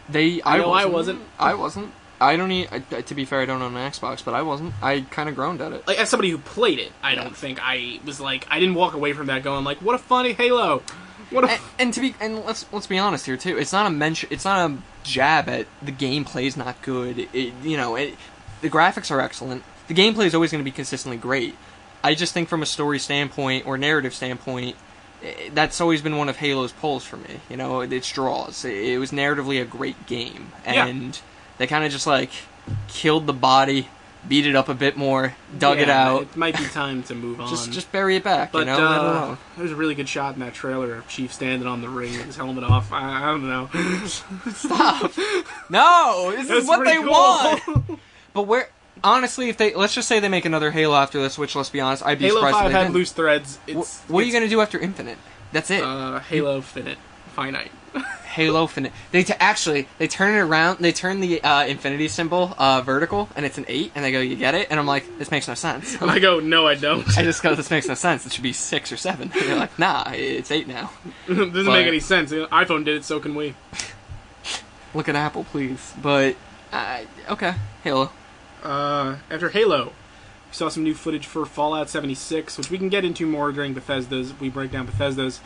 They, I, know I wasn't, wasn't. I wasn't. I don't e I- I- to be fair, I don't own an Xbox, but I wasn't. I kind of groaned at it. Like as somebody who played it, I don't think I was like I didn't walk away from that going like what a funny Halo. What a And, and to be, and let's let's be honest here too. It's not a mention. It's not a jab at the gameplay's not good. It, you know, it, the graphics are excellent. The gameplay is always going to be consistently great. I just think from a story standpoint or narrative standpoint, eh, that's always been one of Halo's pulls for me. You know, it- it's draws. It, it was narratively a great game, Yeah. and they kind of just like killed the body, beat it up a bit more, dug it Yeah, out, It might be time to move on. [laughs] just just bury it back. but you know, uh, Let it alone. there's a really good shot in that trailer of Chief standing on the ring with his helmet off. I, I don't know. [laughs] Stop. No, this That's is what pretty they cool. [laughs] want. But where, honestly, if they let's just say they make another Halo after this, which let's be honest, I'd be Halo surprised. if Five they had didn't. loose threads. Wh- It's, what are you gonna do after Infinite? That's it. gonna? Uh, Halo finite, finite. Halo Infinite. They t- actually they turn it around. They turn the uh, infinity symbol uh, vertical, and it's an eight. And they go, "You get it?" And I'm like, "This makes no sense." [laughs] And [laughs] I go, no, I don't. [laughs] I just go, "This makes no sense. It should be six or seven. [laughs] And they're like, "Nah, it's eight now." doesn't But- make any sense. iPhone did it, so can we. Look at Apple, please. But uh, okay, Halo. Uh, after Halo, we saw some new footage for Fallout 76, which we can get into more during Bethesda's. We break down Bethesda's,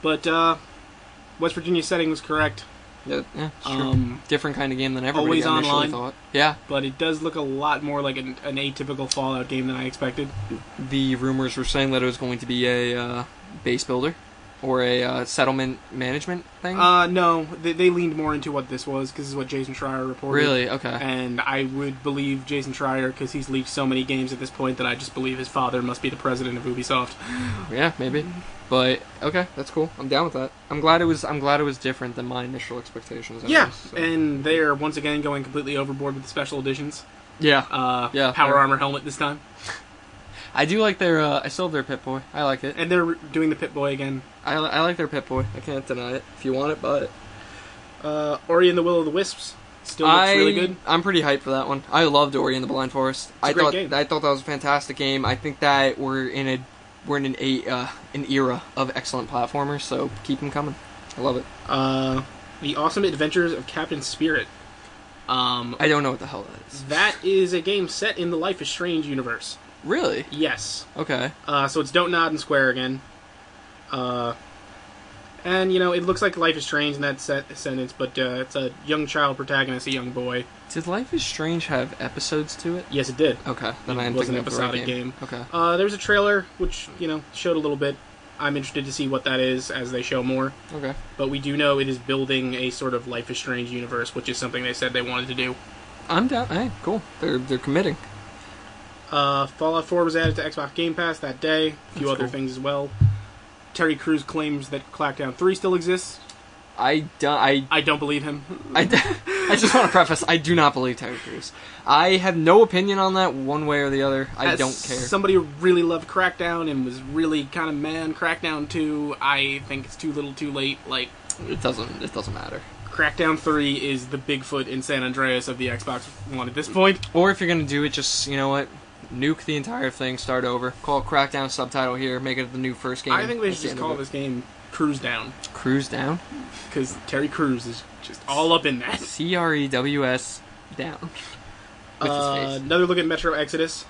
but uh, West Virginia setting was correct. Yeah, yeah, it's true. Um, different kind of game than everybody Always initially online. thought. Yeah, but it does look a lot more like an, an atypical Fallout game than I expected. the rumors were saying that it was going to be a uh, base builder or a uh, settlement management thing. Uh, no, they, they leaned more into what this was because this is what Jason Schreier reported. really? Okay. And I would believe Jason Schreier because he's leaked so many games at this point that I just believe his father must be the president of Ubisoft. Yeah, maybe. But okay, that's cool. I'm down with that. I'm glad it was. I'm glad it was different than my initial expectations. I Yeah, guess, so. and they are once again going completely overboard with the special editions. yeah. Uh, Yeah, power fair. armor helmet this time. I do like their. Uh, I still have their Pit Boy. I like it. And they're doing the Pit Boy again. I, li- I like their Pit Boy. I can't deny it. If you want it, buy it. Uh, Ori and the Will of the Wisps still looks I, really good. I'm pretty hyped for that one. I loved Ori and the Blind Forest. I great thought game. I thought that was a fantastic game. I think that we're in a we're in an a uh, an era of excellent platformers. So keep them coming. I love it. Uh, the Awesome Adventures of Captain Spirit. Um, I don't know what the hell that is. that is a game set in the Life is Strange universe. Really? Yes. Okay. Uh, so it's Don't Nod and Square again. Uh, and, you know, it looks like Life is Strange in that set- sentence, but uh, it's a young child protagonist, a young boy. Did Life is Strange have episodes to it? Yes, it did. Okay. Then It I am was an thinking of the right episodic game. Okay. Uh, there was a trailer, which, you know, showed a little bit. I'm interested to see what that is as they show more. Okay. But we do know it is building a sort of Life is Strange universe, which is something they said they wanted to do. I'm down. Hey, cool. They're they're committing. Uh, Fallout 4 was added to Xbox Game Pass that day. A few That's other cool. things as well. Terry Crews claims that Clackdown 3 still exists. I do, I I don't believe him. I, [laughs] I just want to preface. I do not believe Terry Crews. I have no opinion on that one way or the other. I As don't care. Somebody who really loved Crackdown and was really kind of man Crackdown 2. I think it's too little, too late. Like it doesn't. It doesn't matter. Crackdown 3 is the Bigfoot in San Andreas of the Xbox One at this point. Or if you're gonna do it, just you know what, nuke the entire thing, start over, call it Crackdown subtitle here, make it the new first game. I think they That's should the just end call of it. this game Cruise Down Cruise Down, because Terry Crews is just all up in that. C R E W S [laughs] Down. With his Uh, face. another look at Metro Exodus.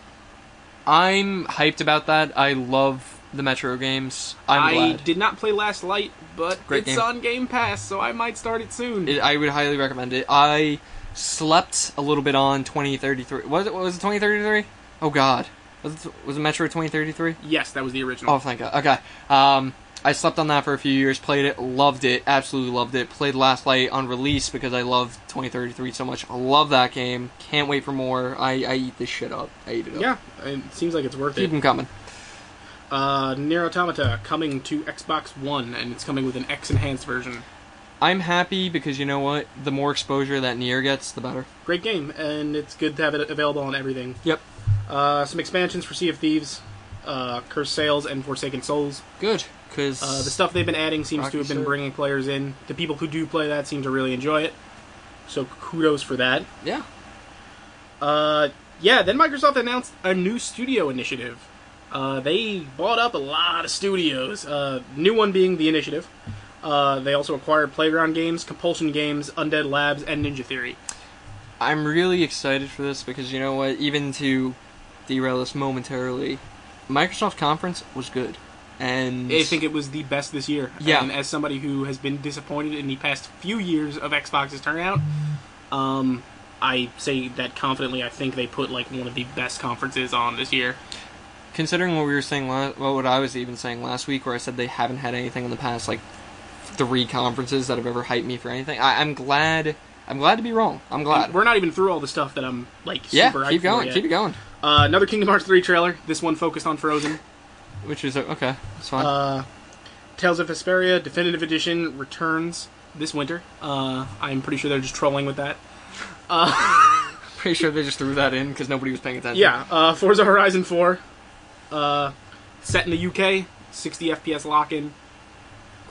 I'm hyped about that. I love the Metro games. I'm I glad. did not play Last Light, but Great it's game. on Game Pass, so I might start it soon. It, I would highly recommend it. I slept a little bit on 2033. Was it was it 2033? Oh God, was it, was it Metro 2033? yes, that was the original. Oh, thank God. Okay. Um, I slept on that for a few years, played it, loved it, absolutely loved it. Played Last Light on release because I love 2033 so much. I love that game. Can't wait for more. I, I eat this shit up. I eat it up. Yeah, it seems like it's worth Keep it. them coming. Uh, Nier Automata coming to Xbox One, and it's coming with an X enhanced version. I'm happy because you know what? The more exposure that Nier gets, the better. Great game, and it's good to have it available on everything. Yep. Uh, some expansions for Sea of Thieves, uh, Cursed Sales, and Forsaken Souls. Good. Because Uh, the stuff they've been adding seems to Rocky have been Surge. bringing players in. The people who do play that seem to really enjoy it. So kudos for that. yeah. Uh, yeah, then Microsoft announced a new studio initiative. Uh, they bought up a lot of studios, uh, new one being The Initiative. Uh, they also acquired Playground Games, Compulsion Games, Undead Labs, and Ninja Theory. I'm really excited for this because you know what? Even to derail this momentarily, Microsoft conference was good, and I think it was the best this year. Yeah. And as somebody who has been disappointed in the past few years of Xbox's turnout, um, I say that confidently. I think they put like one of the best conferences on this year. considering what we were saying last, well, what I was even saying last week, where I said they haven't had anything in the past like three conferences that have ever hyped me for anything. I, I'm glad. I'm glad to be wrong. I'm glad. We're not even through all the stuff that I'm like yeah, super. keep hyped for going. yet. Keep it going. Uh, another Kingdom Hearts 3 trailer. This one focused on Frozen. Which is okay. It's fine. Uh, Tales of Vesperia Definitive Edition returns this winter. Uh, I'm pretty sure they're just trolling with that. Pretty sure they just threw that in because nobody was paying attention. Yeah, uh, Forza Horizon 4, uh, set in the UK, 60 FPS lock in.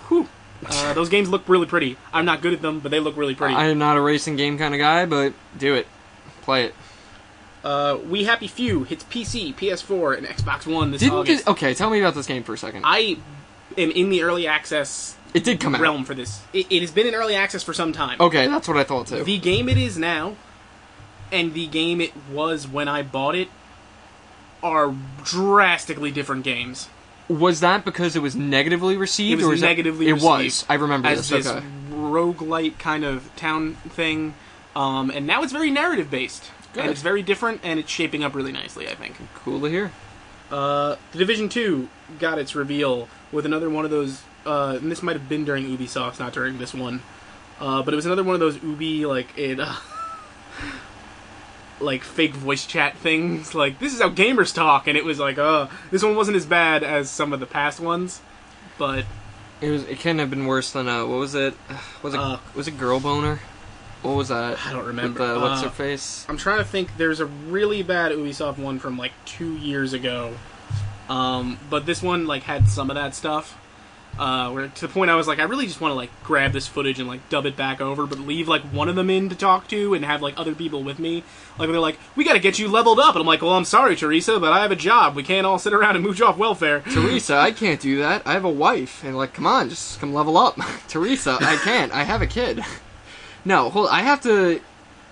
Whew. Uh, those games look really pretty. I'm not good at them, but they look really pretty. I am not a racing game kind of guy, but do it. Play it. Uh, we Happy Few hits PC, PS4, and Xbox One this Didn't August. this, okay. Tell me about this game for a second. I am in the early access it did come out. realm for this. It, it has been in early access for some time. Okay, that's what I thought too. The game it is now, and the game it was when I bought it, are drastically different games. was that because it was negatively received? It was or is that- negatively It was. received I remember As this. this Okay. roguelite kind of town thing, um, and now it's very narrative based. Good. And it's very different, and it's shaping up really nicely, I think. Cool to hear. Uh, the Division 2 got its reveal with another one of those, uh, and this might have been during Ubisoft, not during this one, uh, but it was another one of those Ubi, like, it, uh, [laughs] like, fake voice chat things. [laughs] Like, this is how gamers talk, and it was like, uh, this one wasn't as bad as some of the past ones, but It was. It couldn't have been worse than uh, what was it? [sighs] Was it Uh, was it girl boner? What was that? I don't With remember. the, what's Uh, her face? I'm trying to think. There's a really bad Ubisoft one from like two years ago, um, but this one like had some of that stuff. Uh, where to the point I was like, I really just want to like grab this footage and like dub it back over, but leave like one of them in to talk to and have like other people with me. Like they're like, we got to get you leveled up, and I'm like, well, I'm sorry, Teresa, but I have a job. We can't all sit around and mooch off welfare. Teresa, I can't do that. I have a wife, and like, come on, just come level up. [laughs] Teresa, I can't. I have a kid. [laughs] No, hold. I have to.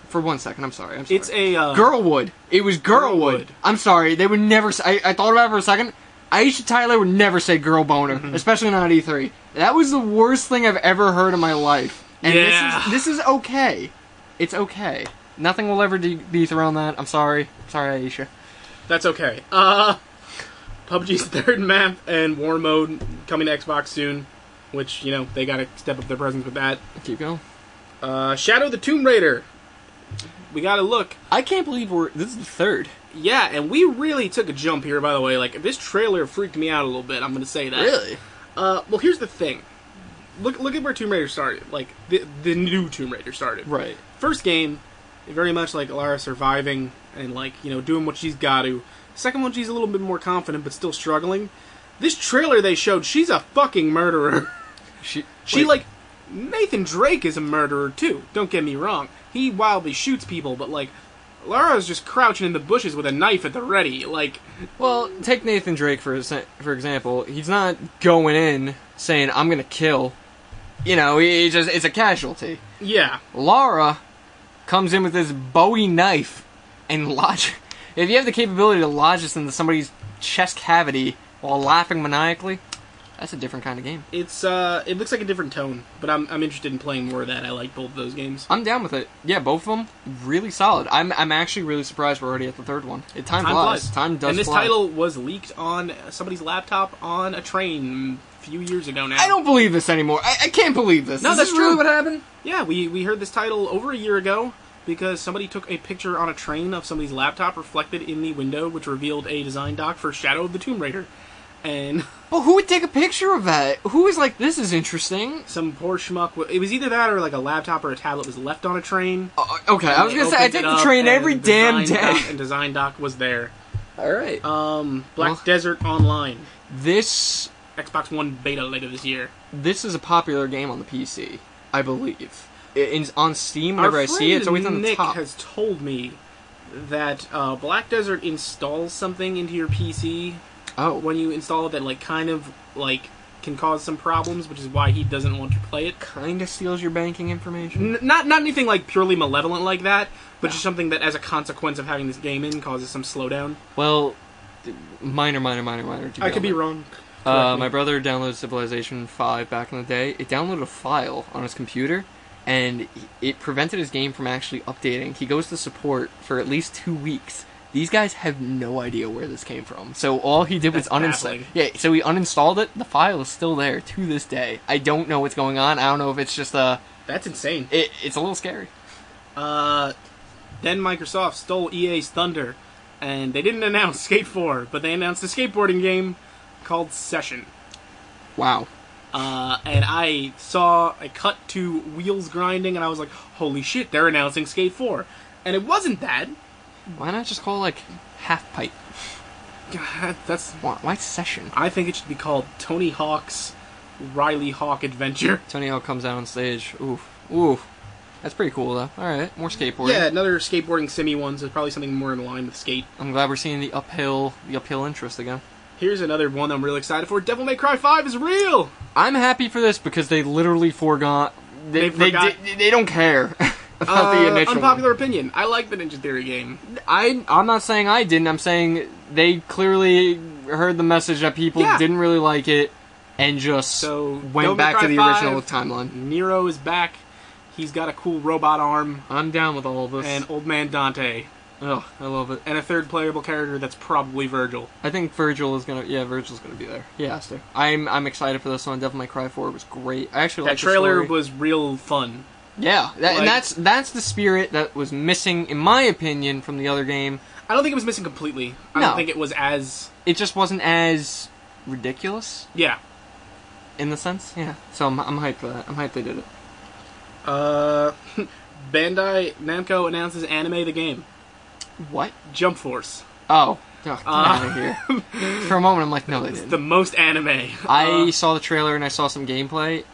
For one second, I'm sorry. I'm sorry. It's a uh, Girlwood. It was Girlwood. Girlwood. I'm sorry. They would never. s- I, I thought about it for a second. Aisha Tyler would never say girl boner, especially not at E3. That was the worst thing I've ever heard in my life. And Yeah. this is this is okay. It's okay. Nothing will ever de- dethrone that. I'm sorry. Sorry, Aisha. That's okay. Uh, PUBG's [laughs] third map and War Mode coming to Xbox soon, which, you know, they gotta step up their presence with that. Keep going. Uh, Shadow the Tomb Raider. We gotta look. I can't believe we're. This is the third. Yeah, and we really took a jump here, by the way. Like, this trailer freaked me out a little bit, I'm gonna say that. Really? Uh, well, here's the thing. Look, look at where Tomb Raider started. Like, the, the new Tomb Raider started. Right. First game, very much like Lara surviving and like you know doing what she's got to. Second one, she's a little bit more confident but still struggling. This trailer they showed, she's a fucking murderer. [laughs] She. She like Nathan Drake is a murderer too. Don't get me wrong. He wildly shoots people, but like Lara's just crouching in the bushes with a knife at the ready. Like Well, take Nathan Drake for a se- for example. He's not going in saying I'm gonna kill. You know, he, he just it's a casualty. yeah, Lara comes in with this Bowie knife and lodge. If you have the capability to lodge this into somebody's chest cavity while laughing maniacally, that's a different kind of game. it's uh it looks like a different tone, but I'm I'm interested in playing more of that. I like both of those games. I'm down with it. Yeah, both of them really solid. I'm I'm actually really surprised we're already at the third one. It, time, Time flies. flies. Time does. And this fly. title was leaked on somebody's laptop on a train a few years ago now. I don't believe this anymore. I, I can't believe this. No, Is that's this really true. what happened? Yeah, we, we heard this title over a year ago because somebody took a picture on a train of somebody's laptop reflected in the window, which revealed a design doc for Shadow of the Tomb Raider. And [laughs] Well, who would take a picture of that? Who is like, this is interesting? some poor schmuck. w- It was either that or like a laptop or a tablet was left on a train. Uh, okay, I was They gonna say I opened take it the up, train and every damn design day. doc- and design doc was there. [laughs] All right. Um, Black Well- Desert Online, This Xbox One beta later this year. this is a popular game on the PC, I believe. I- In, on Steam, whenever I see it, it's always on the Nick top. has told me that uh, Black Desert installs something into your PC oh, what when you install it that like kind of like can cause some problems, which is why he doesn't want to play it. kind of steals your banking information? N- not not anything like purely malevolent like that, but just something that as a consequence of having this game in causes some slowdown. Well, d- minor, minor, minor, minor. to I could be honest. wrong. Uh, Correct me. my brother downloaded Civilization 5 back in the day. It downloaded a file on his computer, and he- it prevented his game from actually updating. He goes to support for at least two weeks. These guys have no idea where this came from. So all he did was That's uninstall. baffling. Yeah, so he uninstalled it. The file is still there to this day. I don't know what's going on. I don't know if it's just a. That's insane. It, it's a little scary. Uh, then Microsoft stole EA's Thunder, and they didn't announce [laughs] Skate 4, but they announced a skateboarding game called Session. Wow. Uh, and I saw a cut to wheels grinding, and I was like, "Holy shit! They're announcing Skate 4," and it wasn't that. Why not just call it, like half pipe? God, That's Why, why session? I think it should be called Tony Hawk's Riley Hawk Adventure. Tony Hawk comes out on stage. Oof. Oof. That's pretty cool though. All right, more skateboarding. Yeah, another skateboarding simi one, so probably something more in line with skate. I'm glad we're seeing the uphill the uphill interest again. Here's another one I'm really excited for. Devil May Cry 5 is real. I'm happy for this because they literally forgot They they they, forgot- di- they don't care [laughs] about the Uh, initial unpopular opinion. I like the Ninja Theory game. one. I I'm not saying I didn't. I'm saying they clearly heard the message that people Yeah. didn't really like it and just So, went Devil May back to Cry the 5. original timeline. Nero is back. He's got a cool robot arm I'm down with all of this. and old man Dante oh, I love it. and a third playable character that's probably Virgil. I think Virgil is gonna. Yeah, Virgil's gonna be there. Yeah, has to. I'm I'm excited for this one. Devil May Cry Four was great. I actually That like trailer The story. was real fun. yeah, that, like- and that's that's the spirit that was missing, in my opinion, from the other game. I don't think it was missing completely. I No. don't think it was as It just wasn't as ridiculous yeah. in the sense. Yeah. So I'm I'm hyped for that. I'm hyped they did it. Uh, [laughs] Bandai Namco announces anime the game What? Jump Force. Oh, Oh, get out of [laughs] here. For a moment, I'm like, no, they It's didn't. Uh, the most anime. I Uh, saw the trailer and I saw some gameplay.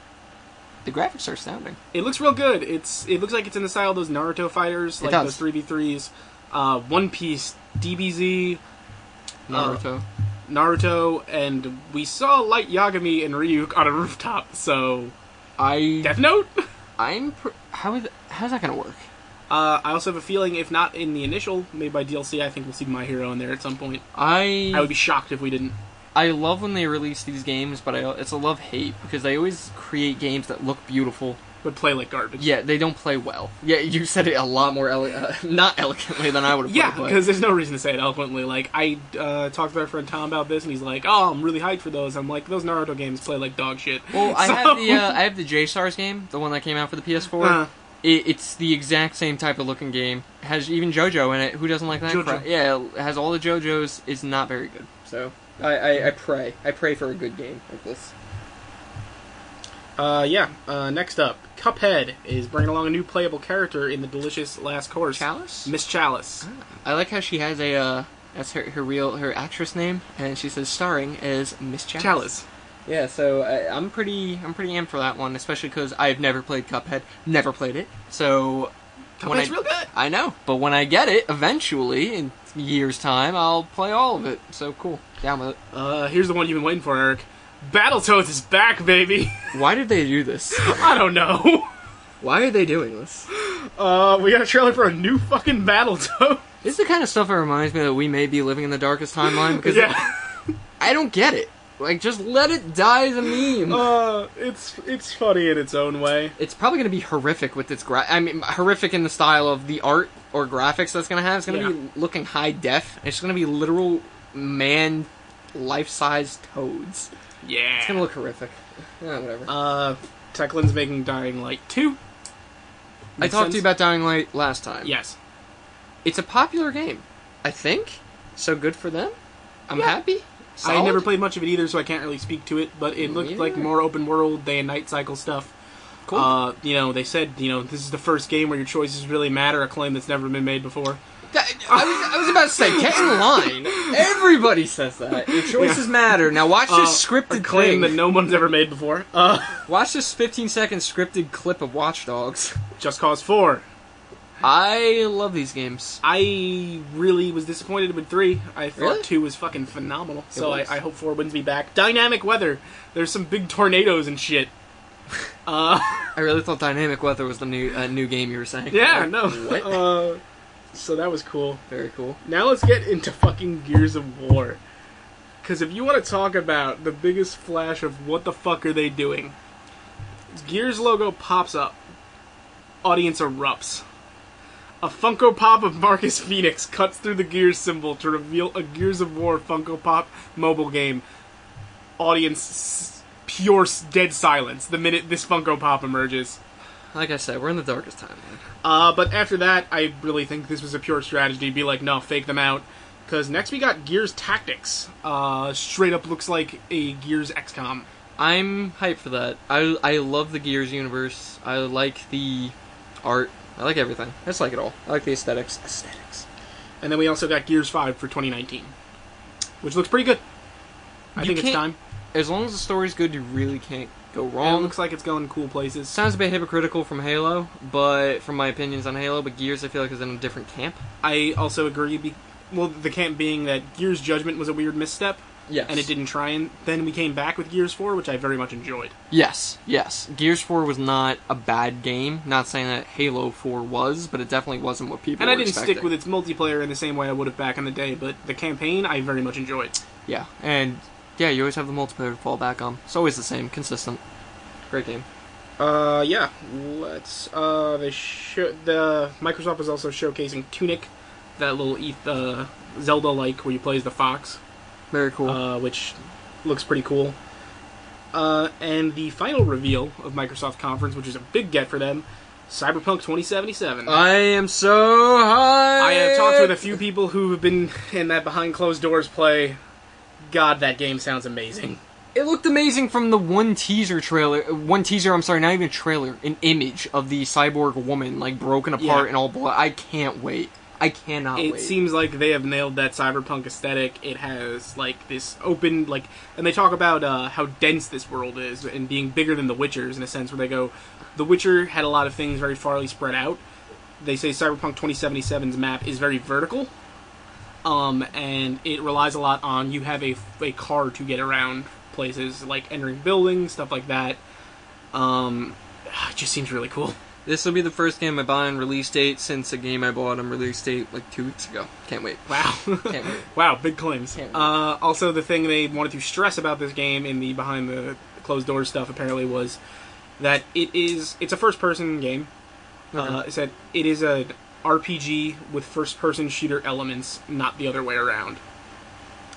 The graphics are astounding. it looks real good. It's it looks like it's in the style of those Naruto fighters, It like does. those three v threes, uh, One Piece, DBZ, Uh, Naruto. Naruto, and we saw Light Yagami and Ryuk on a [laughs] rooftop. So I Death Note. [laughs] I'm pr- how is how's that gonna work? Uh, I also have a feeling, if not in the initial made by DLC, I think we'll see My Hero in there at some point. I I would be shocked if we didn't. I love when they release these games, but I, it's a love hate because they always create games that look beautiful. Would play like garbage. Yeah, they don't play well. Yeah, you said it a lot more ele- uh, [laughs] not elegantly than I would have. Yeah, put it, but- because there's no reason to say it eloquently. Like I uh, talked to my friend Tom about this, and he's like, "Oh, I'm really hyped for those." I'm like, "Those Naruto games play like dog shit." Well, [laughs] I So- have the uh, I have the J Stars game, the one that came out for the PS4. Uh-huh. It, it's the exact same type of looking game. Has even JoJo in it. Who doesn't like that? JoJo. crap? Yeah, it has all the JoJos. It's not very good. So I, I, I pray I pray for a good game like this. Uh, yeah. Uh, next up, Cuphead is bringing along a new playable character in the delicious last course. Chalice. Oh, Miss Chalice. I like how she has a uh, that's her her real her actress name, and she says starring as Miss Chalice. Chalice. Yeah, so I, I'm pretty I'm pretty amped for that one, especially because I've never played Cuphead, never played it. So when I, Cuphead's real good. I know, but when I get it eventually in years time, I'll play all of it. So cool, down with it. Uh, here's the one you've been waiting for, Eric. Battletoads is back, baby. [laughs] Why did they do this? I don't know. [laughs] Why are they doing this? Uh, we got a trailer for a new fucking Battletoad. This is the kind of stuff that reminds me that we may be living in the darkest timeline [laughs] because yeah. I don't get it. Like, just let it die as a meme. Uh, it's it's funny in its own way. it's probably going to be horrific with its gra- I mean horrific in the style of the art or graphics that's going to have. It's going to Yeah. be looking high def. and It's going to be literal man life-size toads. Yeah. It's going to look horrific. Yeah, whatever. Uh, Teklin's making Dying Light 2. I Makes talked sense? to you about Dying Light last time. Yes. It's a popular game, I think. So good for them. I'm Yeah. happy. I Solid. never played much of it either, so I can't really speak to it, but it looked Yeah. like more open world, day and night cycle stuff. Cool. Uh, you know, they said, you know, this is the first game where your choices really matter, a claim that's never been made before. That- I, was, I was about to say, get [laughs] in line. Everybody says that. Your choices matter. Now watch Uh, this a scripted claim thing. that no one's ever made before. Uh, [laughs] Watch this 15 second scripted clip of Watch Dogs. [laughs] Just Cause 4. I love these games. I really was disappointed with 3. I thought Really? 2 was fucking phenomenal, so I, was. I hope 4 wins me back. Dynamic weather. There's some big tornadoes and [laughs] shit. Uh, I really thought Dynamic Weather was the new uh, new game you were saying. Yeah, Like, no. What? [laughs] Uh, [laughs] so that was cool. Very cool. Now let's get into fucking Gears of War. Because if you want to talk about the biggest flash of what the fuck are they doing, Gears logo pops up. Audience erupts. A Funko Pop of Marcus [laughs] Phoenix cuts through the Gears symbol to reveal a Gears of War Funko Pop mobile game. Audience s- pure s- dead silence the minute this Funko Pop emerges. Like I said, we're in the darkest timeline. Uh, but after that, I really think this was a pure strategy. Be like, no, fake them out. Because next we got Gears Tactics. Uh, straight up looks like a Gears XCOM. I'm hyped for that. I I love the Gears universe. I like the art. I like everything. I just like it all. I like the aesthetics. Aesthetics. And then we also got Gears 5 for 2019, which looks pretty good. I You think it's can't- um, time. As long as the story's good, you really can't go And it wrong. looks like it's going cool places. Sounds a bit hypocritical from Halo, but from my opinions on Halo, but Gears I feel like is in a different camp. I also agree. Be- well, the camp being that Gears Judgment was a weird misstep, Yes. and it didn't try. And then we came back with Gears 4, which I very much enjoyed. Yes, yes. Gears 4 was not a bad game. Not saying that Halo 4 was, but it definitely wasn't what people And were I didn't stick expecting. with its multiplayer in the same way I would have back in the day, but the campaign I very much enjoyed. Yeah, and yeah, you always have the multiplayer to fall back on. It's always the same, consistent. Great game. Uh, yeah. Let's. Uh, they show the Microsoft is also showcasing Tunic, that little ETH, uh, Zelda-like where you play as the fox, Very cool. uh, which looks pretty cool. Uh, and the final reveal of Microsoft conference, which is a big get for them, Cyberpunk 2077. I am so high. I have talked with a few people who have been in that behind closed doors play. God, that game sounds amazing. It looked amazing from the one teaser trailer. One teaser, I'm sorry, not even a trailer, an image of the cyborg woman like broken apart Yeah. and all blood. I can't wait. I cannot it wait. seems like they have nailed that cyberpunk aesthetic. It has like this open like, and they talk about uh, how dense this world is and being bigger than The Witcher's in a sense, where they go, The Witcher had a lot of things very farly spread out. They say Cyberpunk 2077's map is very vertical, um, and it relies a lot on you have a a car to get around places like entering buildings, stuff like that. Um, [sighs] it just seems really cool. this will be the first game I buy on release date since a game I bought on release date like two weeks ago. Can't wait. Wow. Can't wait. [laughs] Wow, big claims. Can't wait. Uh, also, the thing they wanted to stress about this game in the behind the closed doors stuff apparently was that it is it's a first person game. Uh, it said it is a RPG with first person shooter elements, not the other way around.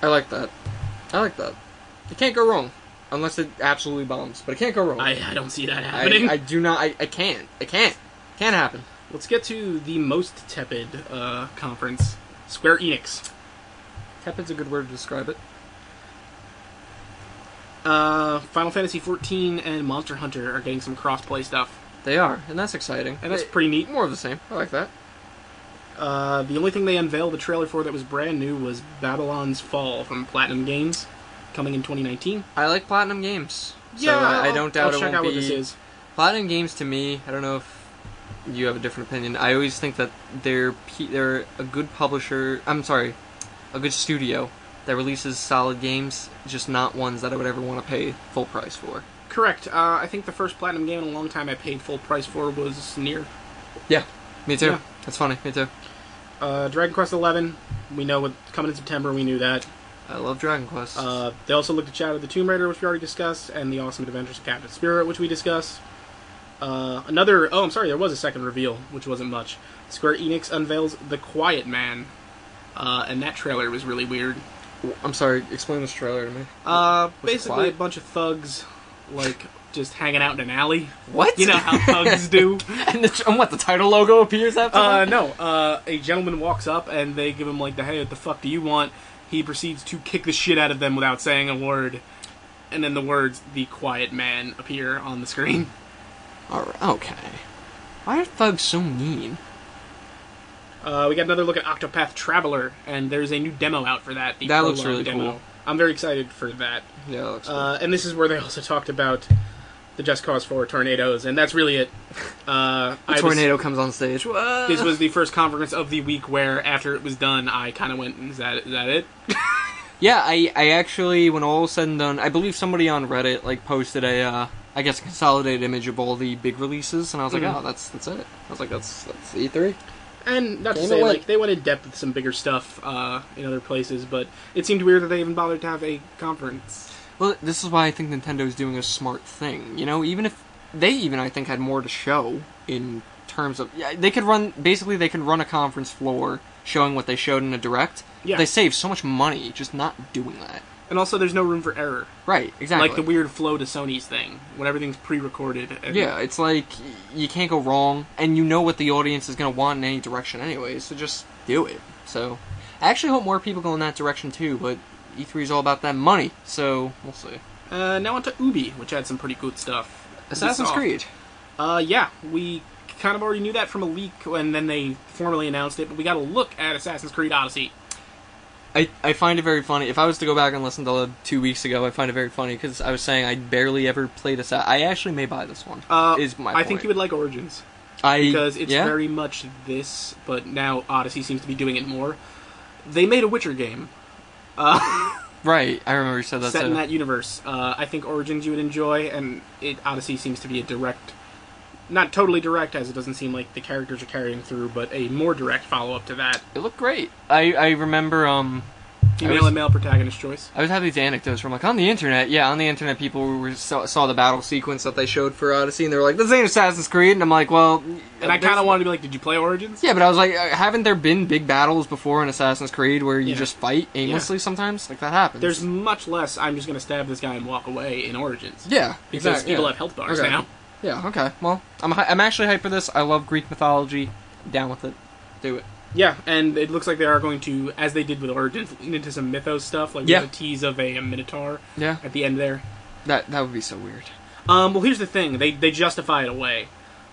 I like that. I like that. It can't go wrong. Unless it absolutely bombs. But it can't go wrong. I, I don't see that happening. I, I do not. I, I can't. I can't. Can't happen. [laughs] Let's get to the most tepid uh, conference, Square Enix. Tepid's a good word to describe it. Uh, Final Fantasy XIV and Monster Hunter are getting some crossplay stuff, They are, and that's exciting. and that's They- pretty neat. more of the same. I like that. Uh, the only thing they unveiled the trailer for that was brand new was Babylon's Fall from Platinum Games, coming in 2019. I like Platinum Games. So I, I I'll- don't doubt uh, I'll it check won't out be. what this is. Platinum Games to me, I don't know if you have a different opinion. I always think that they're pe- they're a good publisher. I'm sorry, a good studio that releases solid games, just not ones that I would ever want to pay full price for. Correct. Uh, I think the first Platinum game in a long time I paid full price for was Near. Yeah, me too. Yeah. That's funny. Me too. Uh, Dragon Quest Eleven. We know what coming in September. We knew that. I love Dragon Quest. Uh, they also looked at Shadow of the Tomb Raider, which we already discussed, and the Awesome Adventures of Captain Spirit, which we discussed. Uh, another. Oh, I'm sorry. There was a second reveal, which wasn't much. Square Enix unveils The Quiet Man, uh, and that trailer was really weird. I'm sorry. Explain this trailer to me. Uh, Was it basically a quiet? bunch of thugs, like just hanging out in an alley. What? You know how thugs do. [laughs] and, the, tr- and what the title logo appears after. Uh, that? no. Uh, a gentleman walks up and they give him like the hey, what the fuck do you want? He proceeds to kick the shit out of them without saying a word, and then the words "the quiet man" appear on the screen. [laughs] All right, okay. Why are thugs so mean? Uh, we got another look at Octopath Traveler, and there's a new demo out for that. The That looks prologue really demo. cool. I'm very excited for that. Yeah, that looks Uh, and this is where they also talked about the Just Cause 4 tornadoes, and that's [laughs] really it. Uh, I cool. was- tornado comes on stage. this was the first conference of the week where, after it was done, I kind of went, "Is that is that it?" Yeah, I, I actually, when all is said and done, I believe somebody on Reddit like posted a, uh, I guess, a consolidated image of all the big releases, and I was like, Mhm. oh, that's that's it. I was like, that's that's E three. And not to Damn say it, what? like they went in depth with some bigger stuff uh, in other places, but it seemed weird that they even bothered to have a conference. Well, this is why I think Nintendo is doing a smart thing. You know, even if they even I think had more to show in terms of yeah, they could run basically they could run a conference floor showing what they showed in a direct. Yeah. They save so much money just not doing that. And also, there's no room for error, Right. Exactly. like the weird flow to Sony's thing when everything's pre-recorded. And Yeah, it's like y- you can't go wrong, and you know what the audience is going to want in any direction anyway, so just do it. So, I actually hope more people go in that direction too, but E3 is all about that money, so we'll see. Uh, now onto Ubi, which had some pretty good stuff. Assassin's Ubisoft. Creed. Uh, yeah, we kind of already knew that from a leak, and then they formally announced it. But we got a look at Assassin's Creed Odyssey. I, I find it very funny. If I was to go back and listen to the two weeks ago, I find it very funny because I was saying I barely ever played this. I actually may buy this one. Uh, is my I think you would like Origins I, because it's yeah? very much this, but now Odyssey seems to be doing it more. They made a Witcher game right. I remember you said that. set too. in that universe. Uh, I think Origins you would enjoy, and it Odyssey seems to be a direct, not totally direct, as it doesn't seem like the characters are carrying through, but a more direct follow up to that. It looked great. I I remember um Female was- and male protagonist choice. I was having these anecdotes from like on the internet. Yeah, on the internet, people were, saw, saw the battle sequence that they showed for Odyssey, and they were like, "This ain't Assassin's Creed." And I'm like, "Well," And I kind of wanted to be like, did you play Origins? Yeah, but I was like, uh, "Haven't there been big battles before in Assassin's Creed where you Yeah. just fight aimlessly sometimes? Like that happens." There's much less. I'm just gonna stab this guy and walk away in Origins. yeah, because exactly. people yeah. have health bars Okay. now. Yeah, okay. Well, I'm hy- I'm actually hyped for this. I love Greek mythology. Down with it. Do it. Yeah, and it looks like they are going to, as they did with Origins, lean into some mythos stuff, like Yeah. the tease of a, minotaur Yeah, at the end there. that that would be so weird. Um, well, here's the thing: they they justify it away.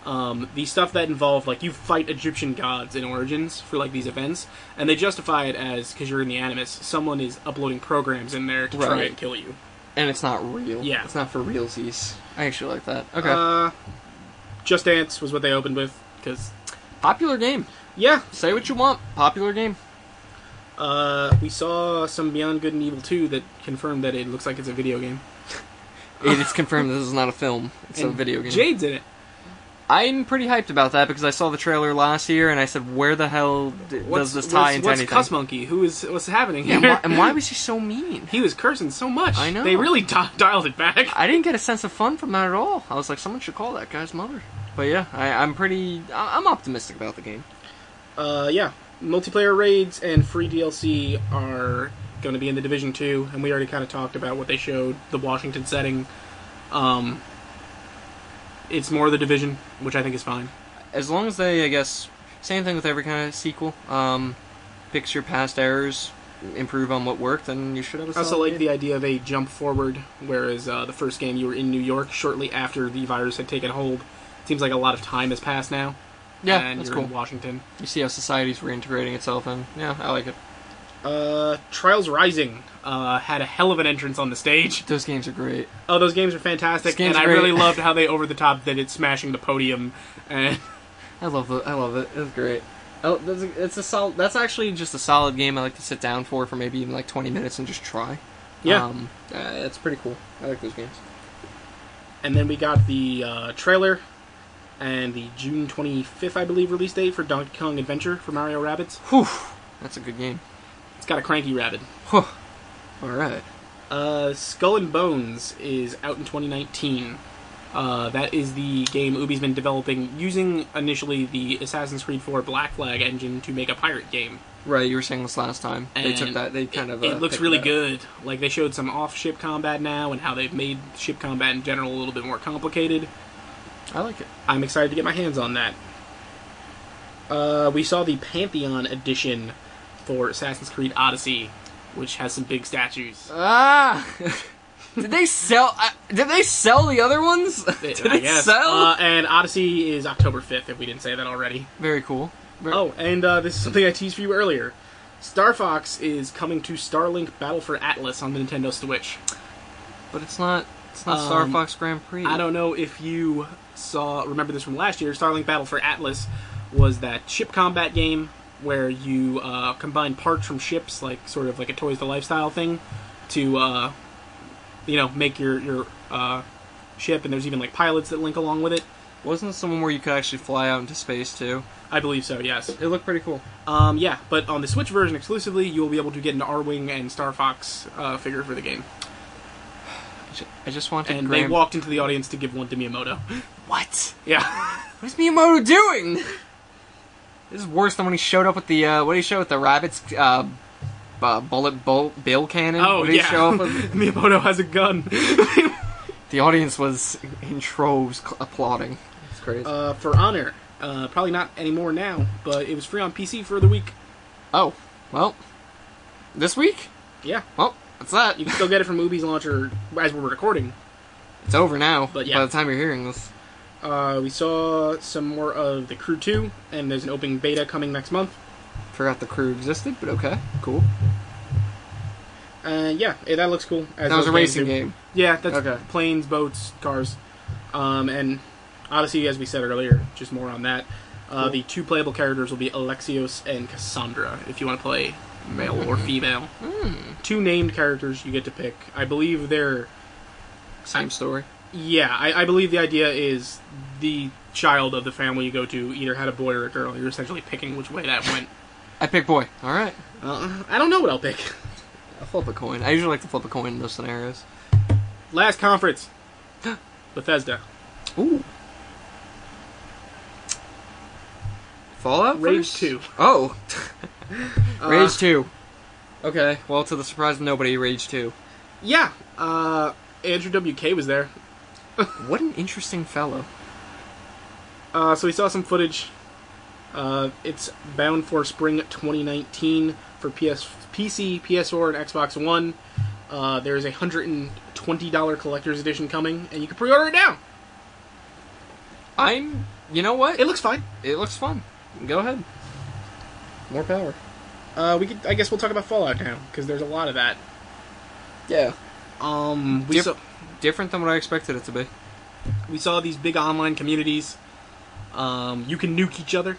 um, the stuff that involved like you fight Egyptian gods in Origins for like these events, and they justify it as because you're in the Animus, someone is uploading programs in there to try Right. and kill you. And it's not real. Yeah. It's not for realsies. I actually like that. Okay. Uh, Just Dance was what they opened with because Popular game. yeah, Say what you want. Popular game. uh, we saw some Beyond Good and Evil two that confirmed that it looks like it's a video game. It is confirmed this is not a film. It's a And video game. Jade's in it. I'm pretty hyped about that because I saw the trailer last year and I said, where the hell d- What's, does this tie what's, into what's anything? Cuss Monkey? Who is what's happening? Yeah, Here? and, why, and why was he so mean? [laughs] he was cursing so much. I know. they really di- dialed it [laughs] back. I didn't get a sense of fun from that at all. I was like, someone should call that guy's mother. But yeah, I, I'm pretty. I, I'm optimistic about the game. Uh, yeah, multiplayer raids and free DLC are going to be in the Division Two, and we already kind of talked about what they showed the Washington setting. Um, it's more the Division, which I think is fine. As long as they, I guess, same thing with every kind of sequel. Um, fix your past errors, improve on what worked, and you should have a. I also solid like game. the idea of a jump forward, whereas uh, the first game you were in New York shortly after the virus had taken hold. Seems like a lot of time has passed now. Yeah, and that's you're cool. in Washington. You see how society's reintegrating itself, and yeah, I like it. Uh, Trials Rising uh, had a hell of an entrance on the stage. Those games are great. Oh, those games are fantastic, This game's and I great. really loved how they over the top that it's smashing the podium. And [laughs] I love the, I love it. It's great. Oh, that's a, it's a solid. That's actually just a solid game. I like to sit down for for maybe even like 20 minutes and just try. yeah, um, uh, it's pretty cool. I like those games. and then we got the uh, trailer and the June 25th, I believe, release date for Donkey Kong Adventure for Mario Rabbits. Whew, that's a good game. It's got a cranky rabbit. Whew. All right. Uh, Skull and Bones is out in 2019. Uh, that is the game Ubi's been developing using initially the Assassin's Creed 4 Black Flag engine to make a pirate game. Right, you were saying this last time. they took And that. They kind of. Uh, it looks picked really that up. good. Like they showed some off-ship combat now, and how they've made ship combat in general a little bit more complicated. I like it. I'm excited to get my hands on that. Uh, we saw the Pantheon edition for Assassin's Creed Odyssey, which has some big statues. Ah. [laughs] did they sell? Uh, did they sell the other ones? [laughs] did I they guess. sell? Uh, and Odyssey is October 5th, if we didn't say that already. Very cool. Very- Oh, and uh, this is something I teased for you earlier. Star Fox is coming to Starlink Battle for Atlas on the Nintendo Switch. but it's not. It's not Star Um, Fox Grand Prix. I don't know if you saw remember this from last year. Starlink Battle for Atlas was that ship combat game where you uh, combine parts from ships, like sort of like a Toys to Lifestyle thing, to uh, you know make your your uh, ship. And there's even like pilots that link along with it. Wasn't this the one where you could actually fly out into space too? I believe so. Yes. It looked pretty cool. Um, yeah, but on the Switch version exclusively, you will be able to get an R Wing and Star Fox uh, figure for the game. I ju- I just wanted. And Grand... they walked into the audience to give one to Miyamoto. [laughs] What? Yeah. What is Miyamoto doing? This is worse than when he showed up with the uh, what did he show with the rabbits uh, uh, bullet bowl, bill cannon. Oh what did yeah. he show up with? [laughs] Miyamoto has a gun. The audience was in troves cl- applauding. It's crazy. uh, for Honor. Uh, probably not anymore now, but it was free on PC for the week. oh, well, this week? Yeah, Well, that's that. you can still get it from Ubi's launcher as we're recording. It's over now. But yeah. By the time you're hearing this, Uh, we saw some more of the Crew 2, and there's an open beta coming next month. forgot the crew existed, but okay, cool. Uh, yeah, eh, that looks cool. As that was a those racing games do. game. Yeah, that's Okay. planes, boats, cars, um, and Odyssey, as we said earlier. Just more on that. Uh, Cool. The two playable characters will be Alexios and Cassandra. If you want to play male Mm-hmm. or female, Hmm. two named characters you get to pick. I believe they're Same story. Yeah, I, I believe the idea is the child of the family you go to either had a boy or a girl. You're essentially picking which way that went. I pick boy. All right, Uh, I don't know what I'll pick. I'll flip a coin. I usually like to flip a coin in those scenarios. Last conference, [gasps] Bethesda. Ooh. Fallout Rage first? 2. Oh. [laughs] Uh, Rage 2. Okay, well, to the surprise of nobody, Rage 2. Yeah, uh, Andrew WK was there. What an interesting fellow. Uh, so we saw some footage. Uh, it's bound for spring 2019 for PS, PC, PS4, and Xbox One. Uh, there is a hundred and twenty dollar collector's edition coming, and you can pre-order it now. I'm You know what? It looks fine. It looks fun. Go ahead. More power. Uh, we could, I guess we'll talk about Fallout now because there's a lot of that. Yeah. Um, we Dif- saw different than what I expected it to be. we saw these big online communities. Um, you can nuke each other.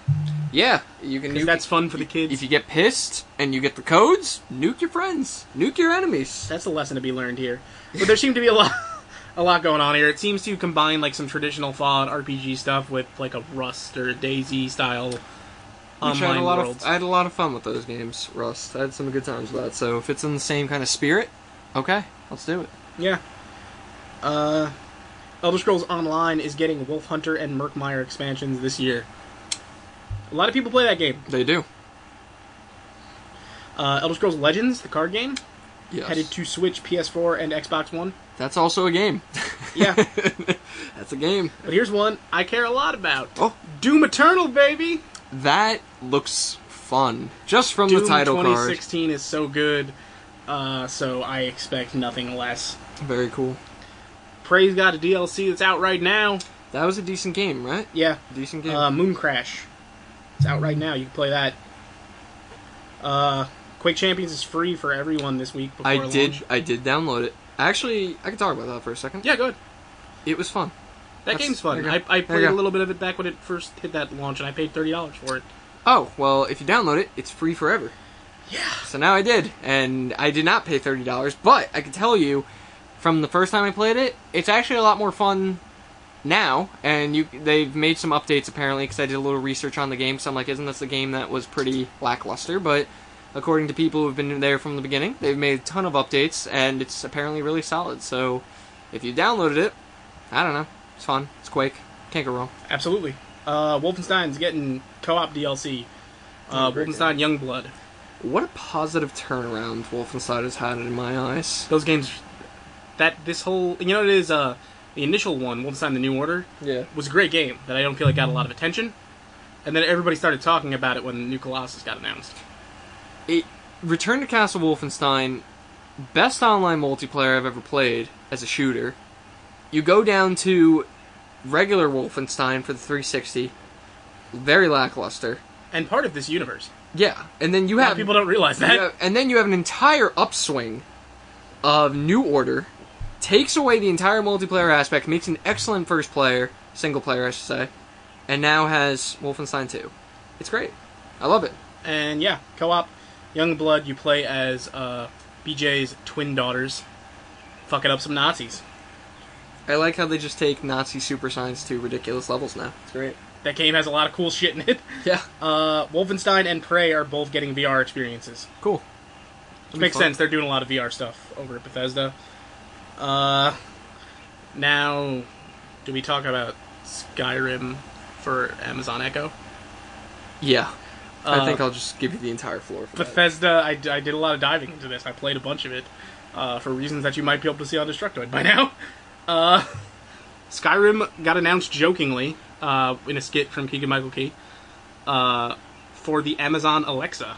Yeah, you can. 'Cause nuke- that's fun for the kids. If you get pissed and you get the codes, nuke your friends, nuke your enemies. That's a lesson to be learned here. But there seemed to be a lot, [laughs] a lot going on here. It seems to combine like some traditional Fallout RPG stuff with like a Rust or Daisy style Which I had online a lot worlds. of I had a lot of fun with those games, Rust. I had some good times with that. So if it's in the same kind of spirit, okay, let's do it. yeah. Uh, Elder Scrolls Online is getting Wolf Hunter and Merkmire expansions this year. A lot of people play that game. They do. Uh, Elder Scrolls Legends, the card game, Yes. headed to Switch, PS4, and Xbox One. That's also a game. Yeah. [laughs] That's a game. But here's one I care a lot about. Oh, Doom Eternal, baby. that looks fun. Just from Doom the title card. 2016 is so good, uh, so I expect nothing less. Very cool. Praise God, a DLC that's out right now. That was a decent game, right? Yeah, Decent game. uh, Moon Crash. It's out right now. You can play that. Uh, Quake Champions is free for everyone this week. Before I launch. did I did download it. Actually, I can talk about that for a second. Yeah, good. It was fun. That That's- game's there fun. you go. I, There I you played a go. little bit of it back when it first hit that launch, and I paid thirty dollars for it. Oh, well, if you download it, it's free forever. Yeah. So now I did, and I did not pay thirty dollars, but I can tell you, from the first time I played it, it's actually a lot more fun now. And you, they've made some updates apparently because I did a little research on the game. So I'm like, isn't this the game that was pretty lackluster? But according to people who've been there from the beginning, they've made a ton of updates, and it's apparently really solid. So if you downloaded it, I don't know, it's fun. It's Quake, can't go wrong. Absolutely. Uh, Wolfenstein's getting co-op DLC. Uh, Oh, great Wolfenstein Youngblood. What a positive turnaround Wolfenstein has had in my eyes. those games that this whole you know what it is uh the initial one Wolfenstein the New Order Yeah. was a great game that I don't feel like got a lot of attention and then everybody started talking about it when the new Colossus got announced it Return to Castle Wolfenstein, best online multiplayer I've ever played as a shooter. You go down to regular Wolfenstein for the 360, very lackluster. and part of this universe Yeah, and then a you lot have of people don't realize that yeah, and then you have an entire upswing of New Order, takes away the entire multiplayer aspect, makes an excellent first player, single player I should say, and now has Wolfenstein 2. It's great. I love it. and yeah co-op Youngblood you play as uh BJ's twin daughters fucking up some Nazis I like how they just take Nazi super science to ridiculous levels now. It's great. that game has a lot of cool shit in it [laughs] Yeah, uh Wolfenstein and Prey are both getting VR experiences cool. Which makes fun. sense. They're doing a lot of VR stuff over at Bethesda. Uh, now, do we talk about Skyrim for Amazon Echo? Yeah, Uh, I think I'll just give you the entire floor for that. Bethesda, I, d- I did a lot of diving into this. I played a bunch of it uh, for reasons that you might be able to see on Destructoid by [laughs] now. Uh, Skyrim got announced jokingly uh, in a skit from Keegan Michael Key uh, for the Amazon Alexa.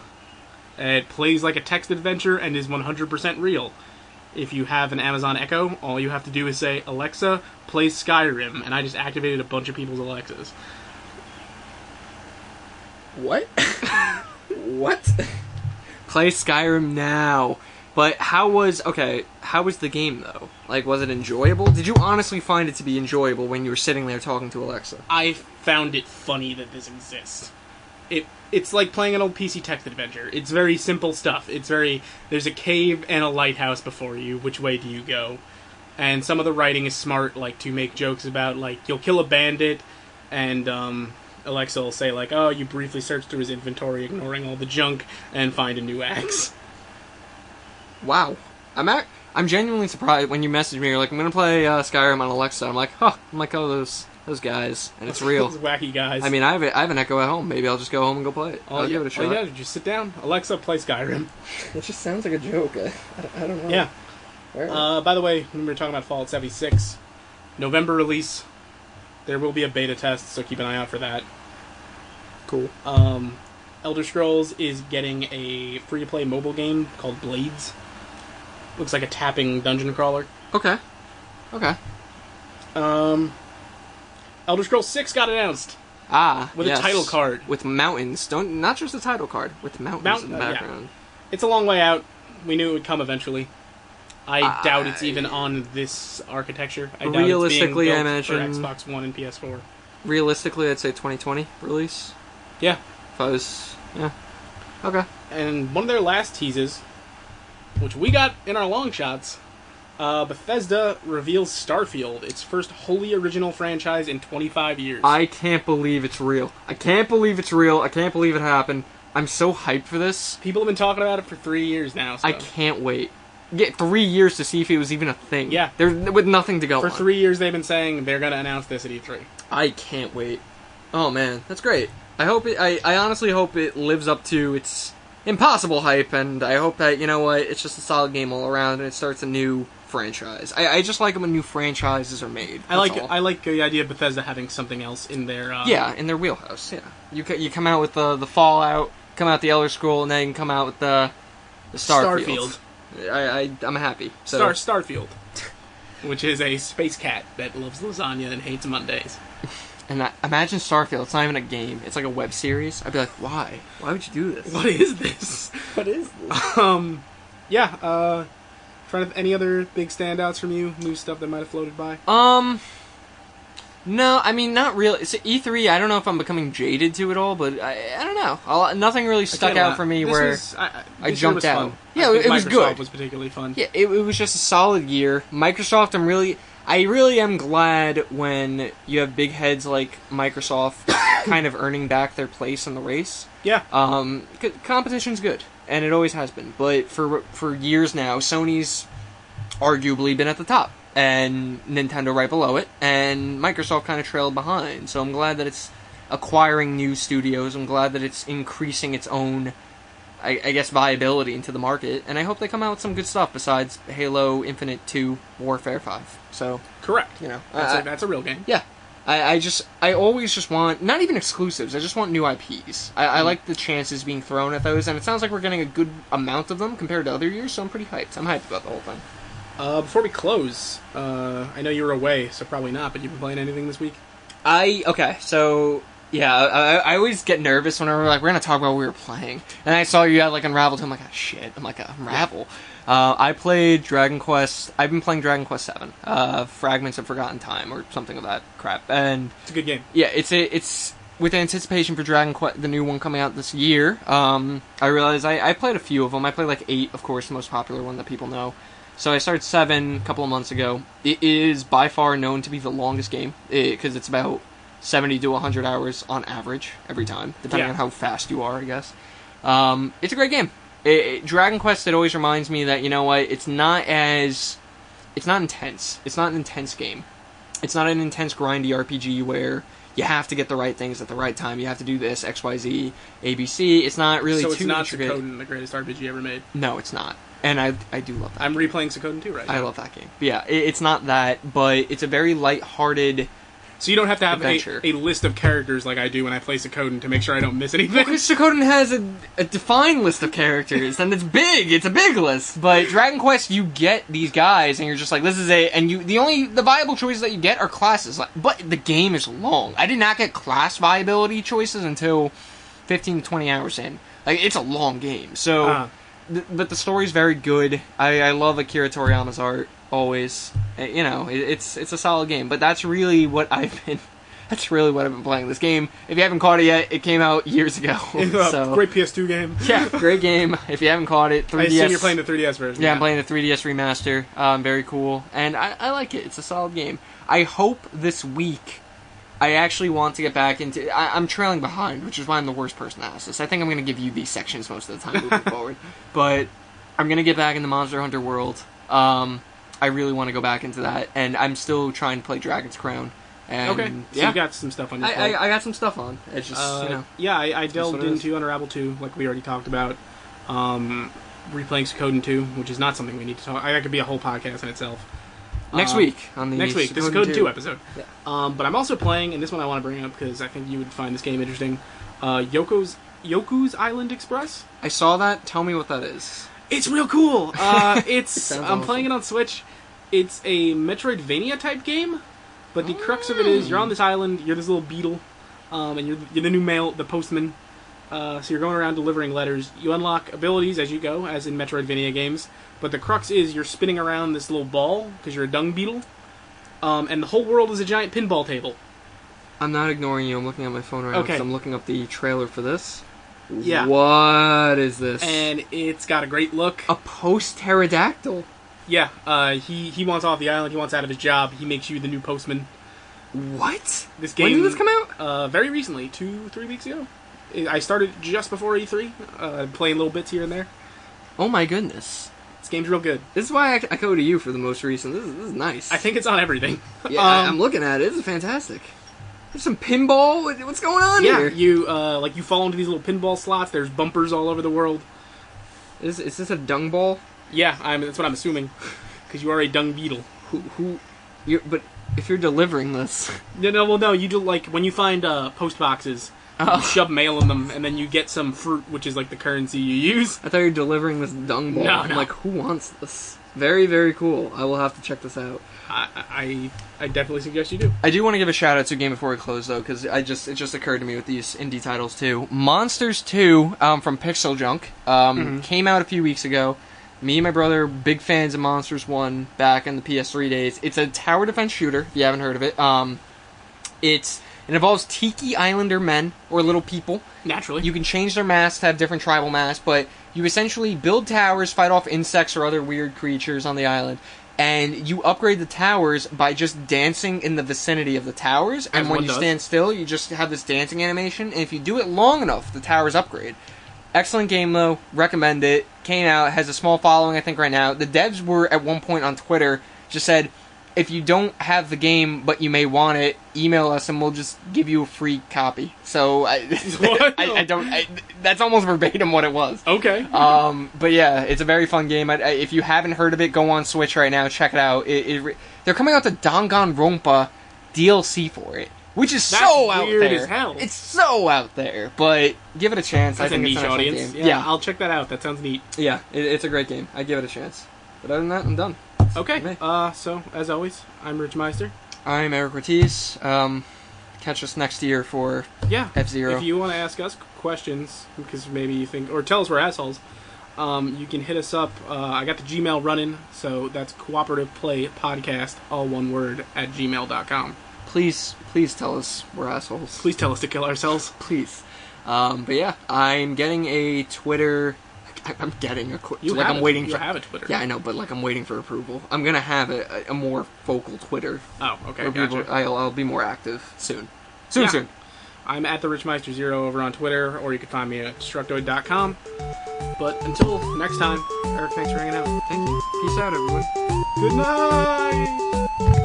It plays like a text adventure and is 100% real. If you have an Amazon Echo, all you have to do is say, Alexa, play Skyrim, and I just activated a bunch of people's Alexas. What? [laughs] what? [laughs] Play Skyrim now. But how was okay? How was the game though? Like, was it enjoyable? Did you honestly find it to be enjoyable when you were sitting there talking to Alexa? I found it funny that this exists. It it's like playing an old PC text adventure. It's very simple stuff. It's very there's a cave and a lighthouse before you. Which way do you go? And some of the writing is smart, like to make jokes about like you'll kill a bandit, and um, Alexa will say like, "Oh, you briefly search through his inventory, ignoring all the junk, and find a new axe." Wow, I'm at. I'm genuinely surprised when you messaged me. You're like, "I'm gonna play uh, Skyrim on Alexa." I'm like, "Huh." I'm like, "Oh, those those guys," and it's real. [laughs] Those [laughs] wacky guys. I mean, I have, a, I have an Echo at home. Maybe I'll just go home and go play it. all I'll you, give it a all you shot. gotta do is just sit down. Alexa, play Skyrim. It just sounds like a joke. [laughs] I, I don't know. Yeah. Uh, by the way, when we were talking about Fallout 76, November release, there will be a beta test, so keep an eye out for that. cool. Um, Elder Scrolls is getting a free to play mobile game called Blades. Looks like a tapping dungeon crawler. Okay. Okay. Um, Elder Scrolls 6 got announced. Ah, With a yes. title card. with mountains. Don't not just a title card with mountains in the Mountain- uh, yeah. background. It's a long way out. We knew it would come eventually. I doubt it's I- even on this architecture. I doubt Realistically, I it's being built imagine- for Xbox One and PS4. Realistically, I'd say 2020 release. Yeah, If I was, yeah, okay. and one of their last teases, which we got in our long shots, uh, Bethesda reveals Starfield, its first wholly original franchise in 25 years. I can't believe it's real. I can't believe it's real. I can't believe it happened. I'm so hyped for this. People have been talking about it for three years now. So. I can't wait. Get three years to see if it was even a thing. Yeah. there with nothing to go For on. three years, they've been saying they're going to announce this at E E3. I can't wait. Oh man, that's great. I hope it. I, I honestly hope it lives up to its impossible hype, and I hope that you know what, it's just a solid game all around, and it starts a new franchise. I, I just like it when new franchises are made. I like that's all. I like the idea of Bethesda having something else in their uh, yeah, in their wheelhouse. Yeah, you co- you come out with the the Fallout, come out the Elder Scroll, and then you can come out with the, the Starfield. Starfield. I, I I'm happy. So Star Starfield, which is a space cat that loves lasagna and hates Mondays. and I, imagine Starfield. It's not even a game. It's like a web series. I'd be like, why? Why would you do [laughs] this? What is this? What is this? um, yeah. Uh, trying to any other big standouts from you? New stuff that might have floated by. Um, no, I mean not really. So E3, I don't know if I'm becoming jaded to it all, but I, I don't know. i nothing really stuck out for me This where was- I, I- I this year jumped was out. Fun. Yeah, I think it was Microsoft good. Was particularly fun. yeah, it, it was just a solid year. Microsoft, I'm really, I really am glad when you have big heads like Microsoft [coughs] kind of earning back their place in the race. Yeah. Um, c- competition's good, and it always has been. But for for years now, Sony's arguably been at the top, and Nintendo right below it, and Microsoft kind of trailed behind. So I'm glad that it's acquiring new studios. I'm glad that it's increasing its own, I, I guess, viability into the market. And I hope they come out with some good stuff besides Halo Infinite Two, Warfare Five. So Correct. you know, That's, I- a, that's a real game. yeah. I, I just I always just want not even exclusives. I just want new IPs. I, I like the chances being thrown at those, and it sounds like we're getting a good amount of them compared to other years. So I'm pretty hyped. I'm hyped about the whole thing. Uh, before we close, uh, I know you were away, so probably not. But you been playing anything this week? I okay. So yeah, I, I always get nervous whenever we're like we're gonna talk about what we were playing, and I saw you had like Unravel. Too. I'm like, oh, shit. I'm like, Unravel. Uh, I played Dragon Quest. I've been playing Dragon Quest Seven, uh, Fragments of Forgotten Time, or something of that crap, and. It's a good game. yeah, it's a, it's with anticipation for Dragon Quest, the new one coming out this year. Um, I realized I, I played a few of them. I played like eight, of course, the most popular one that people know. So I started seven a couple of months ago. It is by far known to be the longest game because it's about seventy to hundred hours on average every time, depending Yeah. on how fast you are, I guess. Um, it's a great game. It, it- Dragon Quest. It always reminds me that you know what, it's not as it's not intense. It's not an intense game it's not an intense grindy RPG where you have to get the right things at the right time. You have to do this X Y Z A B C. It's not really so too it's not intricate. Suikoden, the greatest RPG ever made. No, it's not. And I I do love that. I'm replaying Suikoden 2 right now. I love that game. But yeah, it, it's not that, but it's a very light-hearted. So you don't have to have Adventure. a, a list of characters like I do when I play Suikoden to make sure I don't miss [laughs] anything. Mr. Coden has a, a defined list of characters, and it's big. It's a big list. But Dragon Quest, you get these guys, and you're just like, this is it. And you, the only the viable choices that you get are classes. Like, but the game is long. I did not get class viability choices until 15 to 20 hours in. Like, it's a long game. So, Uh-huh. th- but the story's very good. I, I love Akira Toriyama's art always. Uh, You know, it, it's it's a solid game. But that's really what [laughs] I've been. That's really what I've been playing this game. If you haven't caught it yet, it came out years ago. Uh, [laughs] so Great PS2 game. yeah, great game. If you haven't caught it, 3DS. I assume you're playing the 3DS version. yeah, I'm playing the 3DS remaster. Um, very cool, and I, I like it. It's a solid game. I hope this week. I actually want to get back into. I, I'm trailing behind, which is why I'm the worst person to ask this. I think I'm going to give you these sections most of the time [laughs] moving forward, but I'm going to get back into Monster Hunter World. Um, I really want to go back into that, and I'm still trying to play Dragon's Crown. And Okay. So yeah, you got some stuff on your I, plate. I, I got some stuff on. It's just Uh, you know. Yeah, I, I delved what it is. into Unravel 2, like we already talked about. Um, replaying Suikoden 2, which is not something we need to talk. I, that could be a whole podcast in itself. Next Uh, week on the Next week, this is Suikoden Code 2 episode. Yeah. Um, but I'm also playing, and this one I want to bring up because I think you would find this game interesting. Uh, Yoko's Yoku's Island Express. I saw that. Tell me what that is. It's real cool. [laughs] Uh, it's I'm Sounds playing it awesome. on Switch. It's Mm. a Metroidvania type game, but the crux of it is you're on this island. You're this little beetle. um, and you're, you're the new mail, the postman. Uh, so you're going around delivering letters. You unlock abilities as you go, as in Metroidvania games. But the crux is you're spinning around this little ball because you're a dung beetle, um, and the whole world is a giant pinball table. I'm not ignoring you. I'm looking at my phone right now Okay. because I'm looking up the trailer for this. Yeah. What is this? And it's got a great look. a post pterodactyl. Yeah, uh, he he wants off the island. He wants out of his job. He makes you the new postman. What? This When game did this come out? Uh, very recently, two three weeks ago. I I started just before E3, uh, playing little bits here and there. Oh my goodness. This game's real good. This is why I, I go to you for the most recent. This is, this is nice. I think it's on everything. [laughs] Yeah, I- Um, I'm looking at it. This is fantastic. There's some pinball. What- What's going on yeah, here? you uh, like you fall into these little pinball slots. There's bumpers all over the world. Is, is this a dung ball? Yeah, I'm, that's what I'm assuming, because you are a dung beetle. Who? who you but if you're delivering this, [laughs] No, no, well, no. You do like when you find uh, post boxes, Oh. you shove mail in them, and then you get some fruit, which is like the currency you use. I thought you were delivering this dung ball. No, I'm no. like, who wants this? Very, very cool. I will have to check this out. I, I, I definitely suggest you do. I do want to give a shout out to a game before we close though, because I just it just occurred to me with these indie titles too. Monsters Two um, from Pixel Junk um, came out a few weeks ago. Me and my brother, big fans of Monsters One back in the PS3 days. It's a tower defense shooter. If you haven't heard of it, um, it's it involves Tiki Islander men or little people. Naturally, You can change their masks to have different tribal masks, but you essentially build towers, fight off insects or other weird creatures on the island, and you upgrade the towers by just dancing in the vicinity of the towers. And As when one you does. stand still, you just have this dancing animation, and if you do it long enough, the towers upgrade. Excellent game though, recommend it. Came out, has a small following I think right now. The devs were at one point on Twitter just said, if you don't have the game but you may want it, email us and we'll just give you a free copy. So I, [laughs] What? I, I don't. I, that's almost verbatim what it was. okay. Um, but yeah, it's a very fun game. I, I, if you haven't heard of it, go on Switch right now. Check it out. It, it re- they're coming out the Danganronpa DLC for it, which is That's so out weird there. as hell. It's so out there, but give it a chance. That's I a think niche it's an excellent audience. game. Yeah, Yeah, I'll check that out. That sounds neat. yeah, it, it's a great game. I give it a chance. But other than that, I'm done. Okay. Me. Uh, so as always, I'm Rich Meister. I'm Eric Ortiz. Um, catch us next year for Yeah. F Zero. If you want to ask us questions, because maybe you think, or tell us we're assholes, um, you can hit us up. Uh, I got the Gmail running, so that's cooperative play podcast, all one word, at gmail.com. please, please tell us we're assholes. Please tell us to kill ourselves. please. Um, but yeah, I'm getting a Twitter. [laughs] I- I'm getting a qu- You like have I'm it. waiting You for. have a Twitter. Yeah, I know, but like I'm waiting for approval. I'm gonna have a, a more focal Twitter. Oh, okay. where people- Gotcha. I'll, I'll be more active soon. Soon, Yeah. soon. I'm at the Rich Meister Zero over on Twitter, or you can find me at destructoid.com. But until next time, Eric, thanks for hanging out. Thank you. Peace out, everyone. Good night.